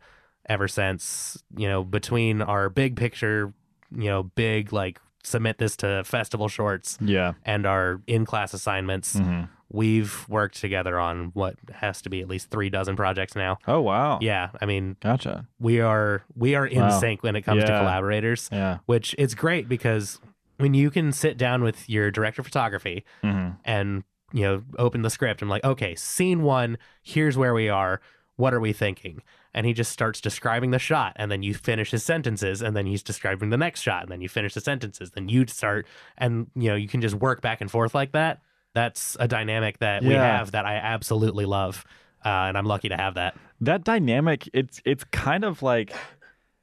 S1: ever since. You know, between our big picture, you know, big like submit this to festival shorts
S2: Yeah.
S1: and our in class assignments.
S2: hmm
S1: We've worked together on what has to be at least three dozen projects now.
S2: Oh wow.
S1: Yeah, I mean,
S2: Gotcha.
S1: we are we are in
S2: Wow.
S1: sync when it comes to
S2: Yeah.
S1: collaborators,
S2: Yeah.
S1: which it's great because when you can sit down with your director of photography
S2: hmm
S1: and you know open the script i'm like okay scene one here's where we are what are we thinking and he just starts describing the shot and then you finish his sentences and then he's describing the next shot and then you finish the sentences then you start and you know you can just work back and forth like that that's a dynamic that we
S2: Yeah.
S1: have that i absolutely love uh, and i'm lucky to have that
S2: That dynamic, it's it's kind of like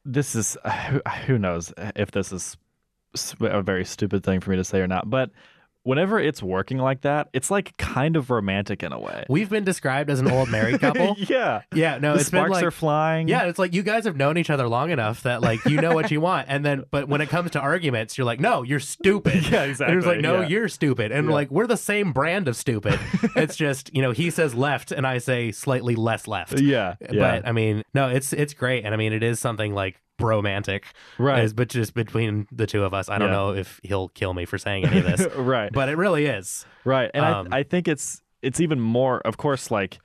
S2: this is [sighs] who, who knows if this is s- a very stupid thing for me to say or not, but whenever it's working like that, it's like kind of romantic in a way.
S1: we've been described as an old married
S2: [laughs]
S1: couple
S2: yeah.
S1: yeah no
S2: the
S1: it's been
S2: sparks
S1: like
S2: are flying.
S1: Yeah, it's like you guys have known each other long enough that like you know what you want, and then but when it comes to arguments, you're like, no, you're stupid.
S2: [laughs] Yeah,
S1: And it's
S2: exactly,
S1: like, no,
S2: yeah.
S1: you're stupid, and
S2: Yeah.
S1: like we're the same brand of
S2: [laughs]
S1: stupid. it's just you know he says left, and I say slightly less left.
S2: Yeah. Uh, yeah.
S1: But I mean, no, it's it's great, and I mean it is something like bromantic,
S2: right.
S1: It's- But just between the two of us, I don't
S2: Yeah.
S1: know if he'll kill me for saying any of
S2: [laughs]
S1: this,
S2: right.
S1: but it really is.
S2: Right, and
S1: Um,
S2: I, I think it's it's even more. Of course, like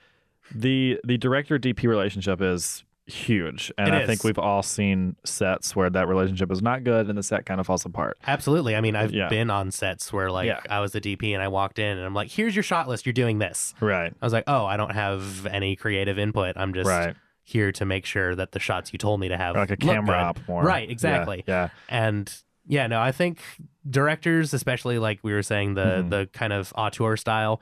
S2: the the director DP relationship is huge, and
S1: It
S2: I
S1: is.
S2: think we've all seen sets where that relationship is not good, and the set kind of falls apart.
S1: Absolutely. I mean, I've
S2: Yeah.
S1: been on sets where like
S2: Yeah.
S1: I was the DP and I walked in and I'm like, here's your shot list. You're doing this.
S2: Right,
S1: I was like, oh, I don't have any creative input. I'm just
S2: right,
S1: here to make sure that the shots you told me to have
S2: like a
S1: look
S2: camera
S1: good.
S2: op more.
S1: Right,
S2: Yeah,
S1: exactly.
S2: Yeah,
S1: And yeah, no, I think directors, especially like we were saying, the
S2: Mhm.
S1: the kind of auteur style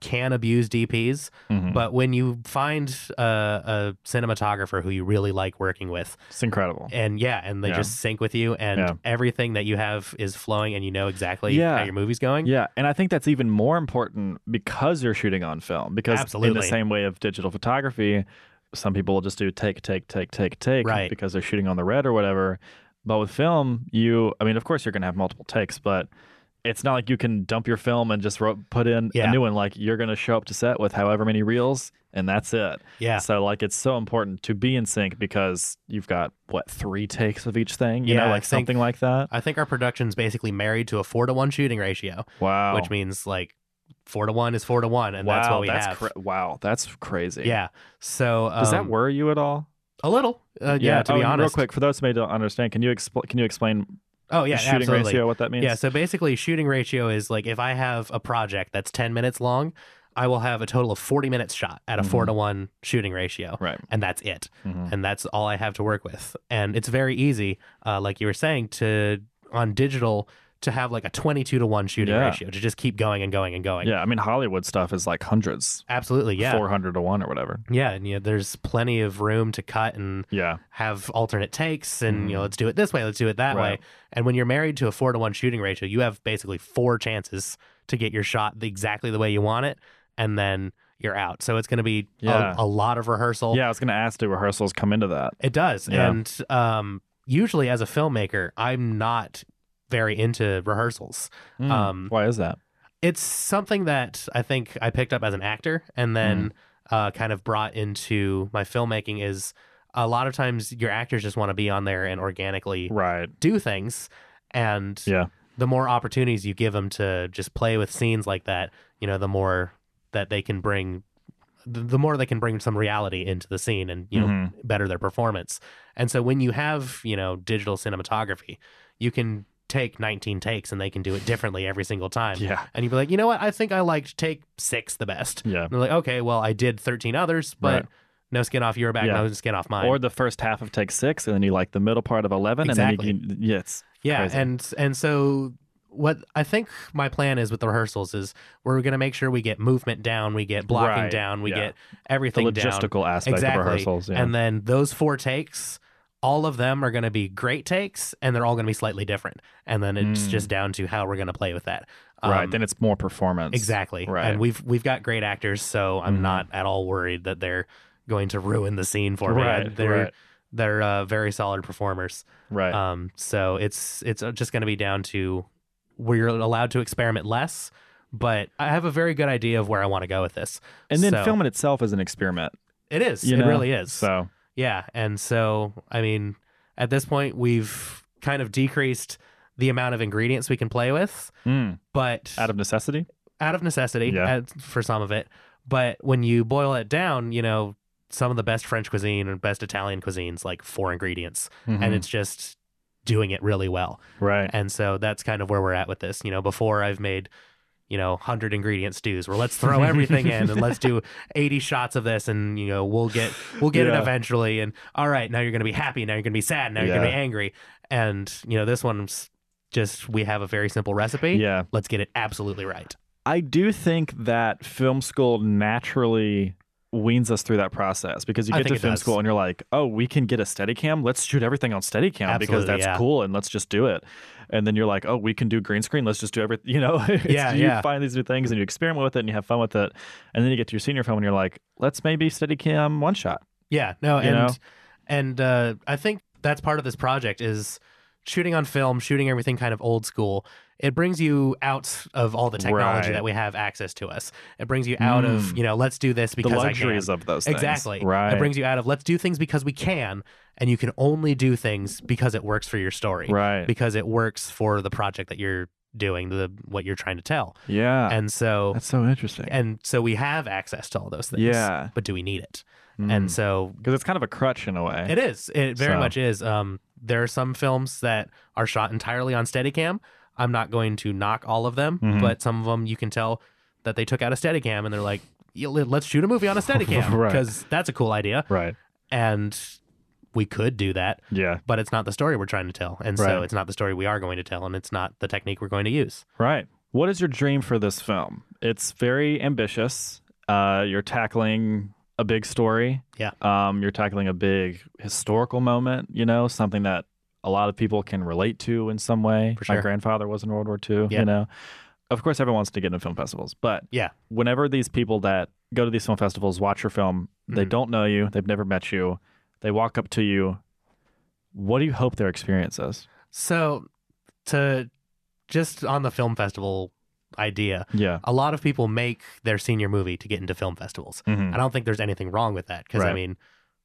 S1: can abuse DPs.
S2: Mhm.
S1: But when you find a, a cinematographer who you really like working with,
S2: it's incredible.
S1: and yeah, and they
S2: Yeah.
S1: just sync with you, and
S2: Yeah.
S1: everything that you have is flowing, and you know exactly
S2: Yeah.
S1: how your movie's going.
S2: Yeah, and I think that's even more important because you're shooting on film. Because in
S1: Absolutely.
S2: the same way of digital photography, some people will just do take, take, take, take, take,
S1: Right.
S2: because they're shooting on the red or whatever. But with film, you, I mean, of course, you're going to have multiple takes, but it's not like you can dump your film and just ro- put in a
S1: Yeah.
S2: new one. Like you're going to show up to set with however many reels, and that's it.
S1: Yeah.
S2: So like, it's so important to be in sync because you've got what three takes of each thing, you
S1: Yeah,
S2: know,
S1: I
S2: like
S1: think-
S2: something like that.
S1: I think our production's basically married to a four to one shooting ratio.
S2: Wow,
S1: which means like four to one is four to one, and
S2: Oh. wow,
S1: that's what we
S2: that's
S1: have.
S2: cra- wow, that's crazy.
S1: yeah. So um,
S2: Does that worry you at all?
S1: A little. Uh, yeah, To
S2: oh,
S1: be
S2: and
S1: honest.
S2: real quick, for those who may not understand, can you expl- can you explain
S1: Oh yeah.
S2: shooting
S1: absolutely.
S2: ratio? What that means?
S1: Yeah. So basically, shooting ratio is like if I have a project that's ten minutes long, I will have a total of forty minutes shot at a four
S2: Mm-hmm.
S1: to one shooting ratio.
S2: Right.
S1: And that's it.
S2: Mhm.
S1: And that's all I have to work with. And it's very easy, uh, like you were saying, to on digital to have like a twenty-two to one shooting
S2: Yeah.
S1: ratio to just keep going and going and going.
S2: Yeah. I mean, Hollywood stuff is like hundreds,
S1: Absolutely. Yeah.
S2: four hundred to one or whatever.
S1: Yeah, and you know, there's plenty of room to cut and
S2: Yeah.
S1: have alternate takes, and you
S2: Mhm.
S1: know, let's do it this way, let's do it that way.
S2: Right.
S1: And when you're married to a four to one shooting ratio, you have basically four chances to get your shot the- exactly the way you want it, and then you're out. So it's going to be a-
S2: Yeah.
S1: a, lot of rehearsal.
S2: Yeah. I was gonna ask, do rehearsals come into that?
S1: It does,
S2: Yeah.
S1: and um, usually as a filmmaker, I'm not very into rehearsals.
S2: Mm,
S1: Um,
S2: Why is that?
S1: it's something that I think I picked up as an actor and then
S2: Mm.
S1: uh, kind of brought into my filmmaking is a lot of times your actors just want to be on there and organically
S2: Right.
S1: do things. And
S2: Yeah.
S1: the more opportunities you give them to just play with scenes like that, you know, the more that they can bring, the, the more they can bring some reality into the scene and, you know,
S2: Mhm.
S1: better their performance. And so when you have, you know, digital cinematography, you can take 19 takes and they can do it differently every single time
S2: Yeah.
S1: and you'd be like, you know what? I think I liked take six the best.
S2: Yeah.
S1: And they're like, okay, well, I did 13 others, but
S2: Right.
S1: no skin off your back,
S2: Yeah.
S1: no skin off mine.
S2: Or the first half of take six, and then you like the middle part of eleven, and then you can, yeah, it's
S1: yeah,
S2: crazy.
S1: and and so what I think my plan is with the rehearsals is we're going to make sure we get movement down, we get blocking
S2: Right.
S1: down, we
S2: Yeah.
S1: get
S2: the
S1: everything down.
S2: logistical aspect
S1: Exactly.
S2: of rehearsals. Yeah.
S1: And then those four takes, all of them are going to be great takes, and they're all going to be slightly different. And then it's
S2: Mm.
S1: just down to how we're going to play with that.
S2: right.
S1: Um,
S2: Then it's more performance.
S1: Exactly.
S2: Right.
S1: And we've we've got great actors, so I'm
S2: Mhm.
S1: not at all worried that they're going to ruin the scene for me.
S2: Right.
S1: They're
S2: Right.
S1: they're uh, very solid performers.
S2: Right.
S1: Um so it's it's uh, just going to be down to we're allowed to experiment less, but I have a very good idea of where I want to go with this.
S2: and then
S1: so-
S2: film in itself is an experiment.
S1: It is.
S2: You
S1: it
S2: know?
S1: really is.
S2: So
S1: Yeah, and so I mean, at this point, we've kind of decreased the amount of ingredients we can play with,
S2: Mm.
S1: but
S2: Out of necessity?
S1: out of necessity
S2: Yeah.
S1: at- for some of it. But when you boil it down, you know, some of the best French cuisine and best Italian cuisines like four ingredients, and
S2: Mhm.
S1: it's just doing it really well.
S2: right.
S1: And so that's kind of where we're at with this. You know, before I've made, you know, 100 ingredient stews where let's throw everything in and let's do 80 shots of this and, you know, we'll get we'll get
S2: Yeah.
S1: it eventually and all right, now you're going to be happy, now you're going to be sad, now you're going to
S2: Yeah.
S1: be angry. And, you know, this one's just we have a very simple recipe.
S2: Yeah.
S1: Let's get it absolutely right.
S2: I do think that film school naturally weans us through that process because you
S1: I
S2: get
S1: think it
S2: to film
S1: does.
S2: school and you're like, oh, we can get a Steadicam. Let's shoot everything on Steadicam because
S1: Absolutely,
S2: that's
S1: yeah.
S2: cool and let's just do it. And then you're like, oh, we can do green screen. Let's just do everything. [laughs] You know, It's-
S1: Yeah,
S2: you
S1: yeah.
S2: find these new things and you experiment with it and you have fun with it. And then you get to your senior film and you're like, let's maybe Steadicam one shot.
S1: Yeah, no,
S2: You
S1: and
S2: know?
S1: and uh, I think that's part of this project is shooting on film, shooting everything kind of old school. It brings you out of all the technology
S2: Right.
S1: that we have access to us. It brings you out of
S2: Mm.
S1: you know, let's do this
S2: The
S1: because I
S2: luxuries
S1: can.
S2: of those things.
S1: Exactly.
S2: Right.
S1: It brings you out of let's do things because we can, and you can only do things because it works for your story,
S2: right.
S1: because it works for the project that you're doing, the what you're trying to tell.
S2: yeah.
S1: and so,
S2: Ah, that's so interesting.
S1: and so we have access to all those things.
S2: Yeah. Mm.
S1: But do we need it? And so
S2: because it's kind of a crutch in a way.
S1: It is. It very
S2: So-
S1: much is. Um, there are some films that are shot entirely on Steadicam. I'm not going to knock all of them,
S2: Mhm.
S1: but some of them you can tell that they took out a Steadicam and they're like, "Yeah, let- "Let's shoot a movie
S2: [laughs]
S1: on a Steadicam
S2: Right.
S1: because that's a cool idea."
S2: Right.
S1: And we could do that,
S2: Yeah.
S1: but it's not the story we're trying to tell, and
S2: Right.
S1: so it's not the story we are going to tell, and it's not the technique we're going to use.
S2: Right. What is your dream for this film? It's very ambitious. Uh, you're tackling a big story.
S1: Yeah.
S2: Um, you're tackling a big historical moment, you know, something that a lot of people can relate to in some way.
S1: For
S2: My
S1: sure.
S2: grandfather was in World War II,
S1: Yeah.
S2: you know. Of course, everyone wants to get into film festivals, but
S1: Yeah.
S2: whenever these people that go to these film festivals watch your film, they
S1: Mhm.
S2: don't know you, they've never met you, they walk up to you. What do you hope their experience is?
S1: So, to just on the film festival idea,
S2: Yeah.
S1: a lot of people make their senior movie to get into film festivals.
S2: Mhm.
S1: I don't think there's anything wrong with that because I
S2: Right.
S1: mean,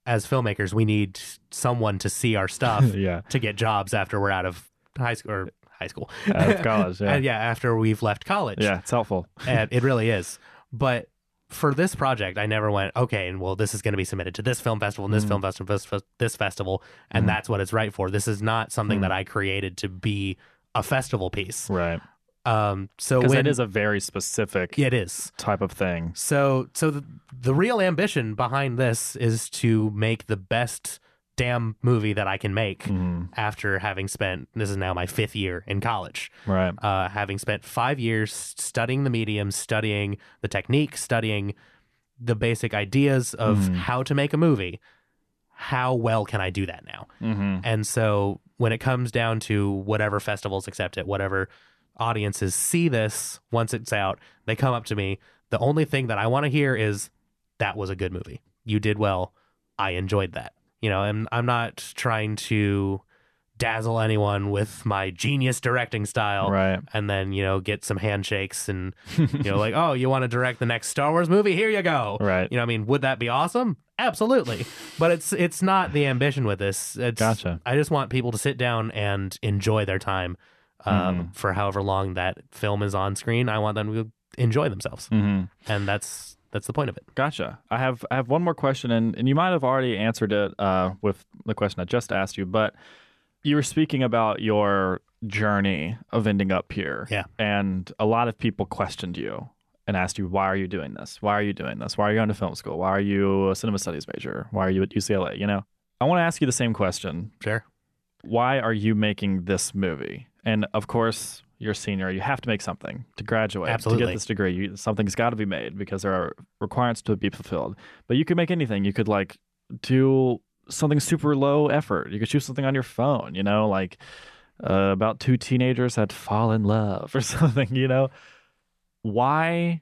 S1: as filmmakers, we need someone to see our
S2: [laughs]
S1: stuff
S2: Mm-hmm. yeah.
S1: to get jobs after we're out of high school or high school.
S2: Out of
S1: [laughs]
S2: college.
S1: Uh,
S2: Yeah.
S1: after we've left college.
S2: Yeah, it's helpful. [laughs]
S1: and it really is. But for this project, I never went, okay, and well, this is going to be submitted to this film festival and this
S2: Mhm.
S1: film festival, this, fes- this festival, and
S2: Mhm.
S1: that's what it's right for. This is not something
S2: Mhm.
S1: that I created to be a festival piece.
S2: Right.
S1: Um, so
S2: Because
S1: when
S2: it is a very specific
S1: it is.
S2: type of thing.
S1: So, so the, the real ambition behind this is to make the best damn movie that I can make
S2: Mhm.
S1: after having spent this is now my fifth year in college,
S2: Right.
S1: uh, having spent five years studying the medium, studying the technique, studying the basic ideas of
S2: Mhm.
S1: how to make a movie. How well can I do that now?
S2: hmm
S1: And so when it comes down to whatever festivals accept it, whatever audiences see this once it's out, they come up to me. The only thing that I want to hear is that was a good movie. You did well. I enjoyed that. You know, and I'm not trying to dazzle anyone with my genius directing style
S2: Right.
S1: and then, you know, get some handshakes
S2: [laughs]
S1: and, you know, like, oh, you want to direct the next Star Wars movie? Here you go.
S2: Right.
S1: You know, I mean, would that be awesome? Absolutely. But it's it's not the ambition with this. It's,
S2: Gotcha.
S1: I just want people to sit down and enjoy their time um, for however long that film is on screen. I want them to enjoy themselves,
S2: hmm
S1: and that's that's the point of it.
S2: Gotcha. I have I have one more question, and, and you might have already answered it uh, with the question I just asked you, but you were speaking about your journey of ending up here.
S1: Yeah.
S2: And a lot of people questioned you and asked you, why are you doing this? Why are you doing this? Why are you going to film school? Why are you a cinema studies major? Why are you at UCLA? You know, I want to ask you the same question
S1: Sure.
S2: why are you making this movie? And of course, you're a senior. You have to make something to graduate. To
S1: Absolutely.
S2: get this degree, you, something's got to be made because there are requirements to be fulfilled. But you could make anything. You could like do something super low effort. You could shoot something on your phone, you know, like uh, about two teenagers that fall in love or [laughs] something, you know? Why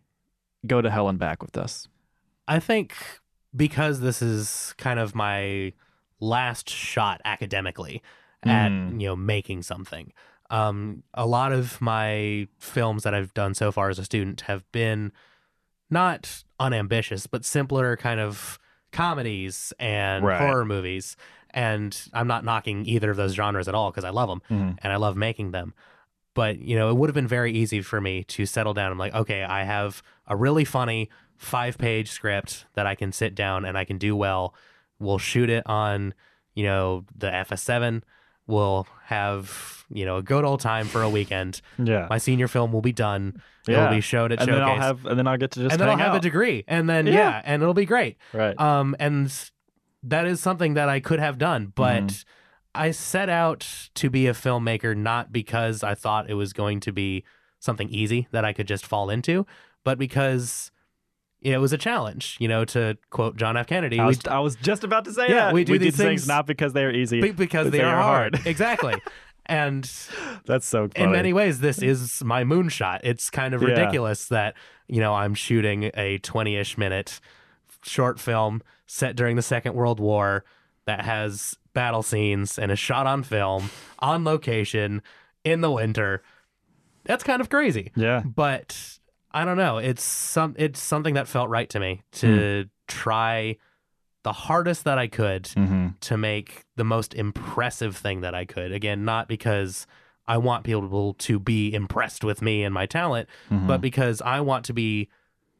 S2: go to hell and back with this?
S1: I think because this is kind of my last shot academically at
S2: Mm.
S1: you know making something. Um, a lot of my films that I've done so far as a student have been not unambitious, but simpler kind of comedies and
S2: Right.
S1: horror movies. And I'm not knocking either of those genres at all because I love them
S2: Mhm.
S1: and I love making them. But, you know, it would have been very easy for me to settle down. I'm like, okay, I have a really funny five page script that I can sit down and I can do well. We'll shoot it on, you know, the FS7. We'll have, you know, a good old time for a weekend.
S2: Yeah.
S1: My senior film will be done.
S2: Yeah.
S1: It'll be showed at
S2: and
S1: Showcase.
S2: then I'll have and then I'll get to just
S1: and then I'll
S2: hang
S1: have a
S2: out.
S1: degree. And then,
S2: Yeah.
S1: yeah. and it'll be great.
S2: right.
S1: Um, and s- that is something that I could have done, but
S2: Mhm.
S1: I set out to be a filmmaker not because I thought it was going to be something easy that I could just fall into, but because it was a challenge, you know, to quote John F. Kennedy.
S2: I
S1: we-
S2: was, I was just about to say
S1: Yeah,
S2: that.
S1: we do
S2: we
S1: these
S2: do things
S1: things
S2: not because they are easy.
S1: be- because
S2: but
S1: they, are, hard. exactly. And
S2: [laughs] That's so funny.
S1: in many ways, this is my moonshot. It's kind of
S2: Yeah.
S1: ridiculous that, you know, I'm shooting a 20 ish minute short film set during the Second World War that has battle scenes and is shot on film, on location, in the winter. That's kind of crazy.
S2: yeah.
S1: But I don't know. It's some it's something that felt right to me to try the hardest that I could
S2: Mm-hmm.
S1: to make the most impressive thing that I could. Again, not because I want people to be impressed with me and my talent,
S2: Mm-hmm.
S1: but because I want to be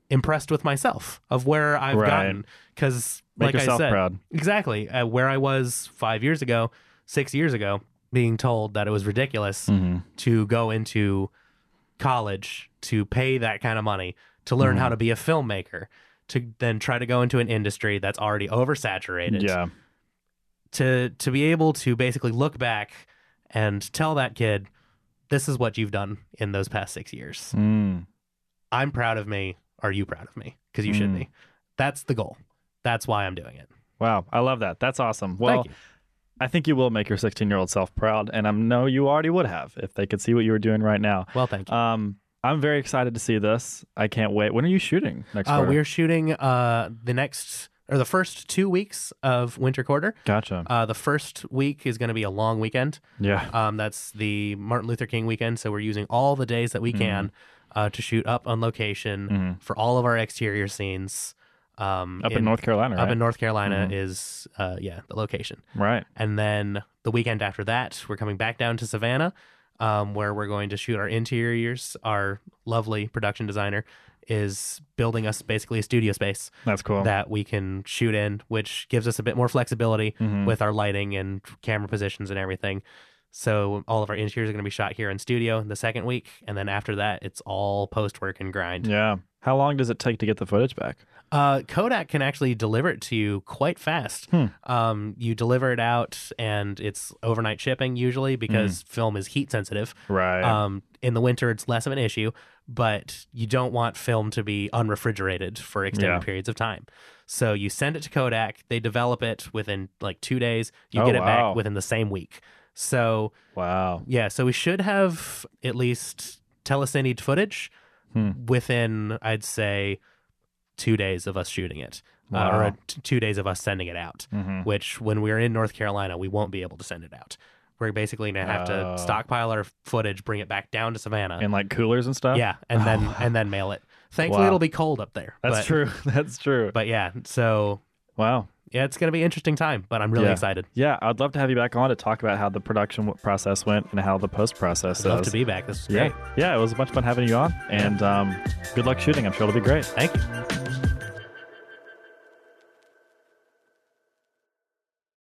S1: impressed with myself of where I've
S2: Right.
S1: gotten. Because,
S2: make
S1: like
S2: yourself
S1: I said,
S2: proud.
S1: exactly uh, where I was five years ago, six years ago, being told that it was ridiculous
S2: Mm-hmm.
S1: to go into college to pay that kind of money to learn
S2: Mm-hmm.
S1: how to be a filmmaker. To then try to go into an industry that's already oversaturated,
S2: Yeah.
S1: to to be able to basically look back and tell that kid this is what you've done in those past six years
S2: Mm.
S1: i'm proud of me are you proud of me because you should
S2: Mm.
S1: be that's the goal that's why i'm doing it
S2: Wow. I love that. That's awesome. Well,
S1: thank you
S2: I think you will make your 16 year old self proud. And I know you already would have if they could see what you were doing right now.
S1: well thank you
S2: Um, I'm very excited to see this. I can't wait. When are you shooting next
S1: uh,
S2: quarter?
S1: we're shooting uh the next or the first two weeks of winter quarter
S2: Gotcha.
S1: uh, the first week is going to be a long weekend
S2: Yeah.
S1: Um, that's the Martin Luther King weekend, so we're using all the days that we
S2: Mm-hmm.
S1: can uh, to shoot up on location
S2: Mhm.
S1: for all of our exterior scenes. Um,
S2: Up in, North Carolina,
S1: up
S2: right?
S1: in North Carolina
S2: Mhm.
S1: is uh, yeah the location,
S2: right.
S1: and then the weekend after that we're coming back down to Savannah, um, where we're going to shoot our interiors. Our lovely production designer is building us basically a studio space
S2: That's cool.
S1: that we can shoot in, which gives us a bit more flexibility
S2: Mhm.
S1: with our lighting and camera positions and everything. So all of our interiors are going to be shot here in studio in the second week, and then after that, it's all post work and grind.
S2: yeah. How long does it take to get the footage back?
S1: Uh, Kodak can actually deliver it to you quite fast.
S2: Hmm.
S1: Um, you deliver it out, and it's overnight shipping usually because film is heat sensitive.
S2: Hmm. Right.
S1: Um, in the winter, it's less of an issue, but you don't want film to be unrefrigerated for extended
S2: Yeah.
S1: periods of time. So you send it to Kodak. They develop it within like two days. You
S2: Oh,
S1: get it
S2: wow.
S1: back within the same week. So
S2: wow.
S1: yeah, so we should have at least telecine footage
S2: Hmm.
S1: within, I'd say, two days of us shooting it, uh,
S2: Wow.
S1: or t- two days of us sending it out
S2: Mm-hmm.
S1: which when we're in North Carolina, we won't be able to send it out. We're basically going to have
S2: Oh.
S1: to stockpile our footage, bring it back down to Savannah.
S2: And like coolers and stuff?
S1: Uh, yeah, and then
S2: Oh, [laughs] wow.
S1: and then mail it. Thankfully,
S2: Wow.
S1: it'll be cold up there.
S2: That's
S1: but,
S2: true. [laughs] That's true.
S1: But yeah, so
S2: wow.
S1: yeah, it's going to be an interesting time, but I'm really
S2: Yeah.
S1: excited.
S2: Yeah, I'd love to have you back on to talk about how the production w- process went and how the post process
S1: I'd love
S2: is.
S1: to be back. This is
S2: yeah.
S1: great.
S2: yeah, it was much fun having you on, and um, good luck shooting. I'm sure it'll be great.
S1: Thank you.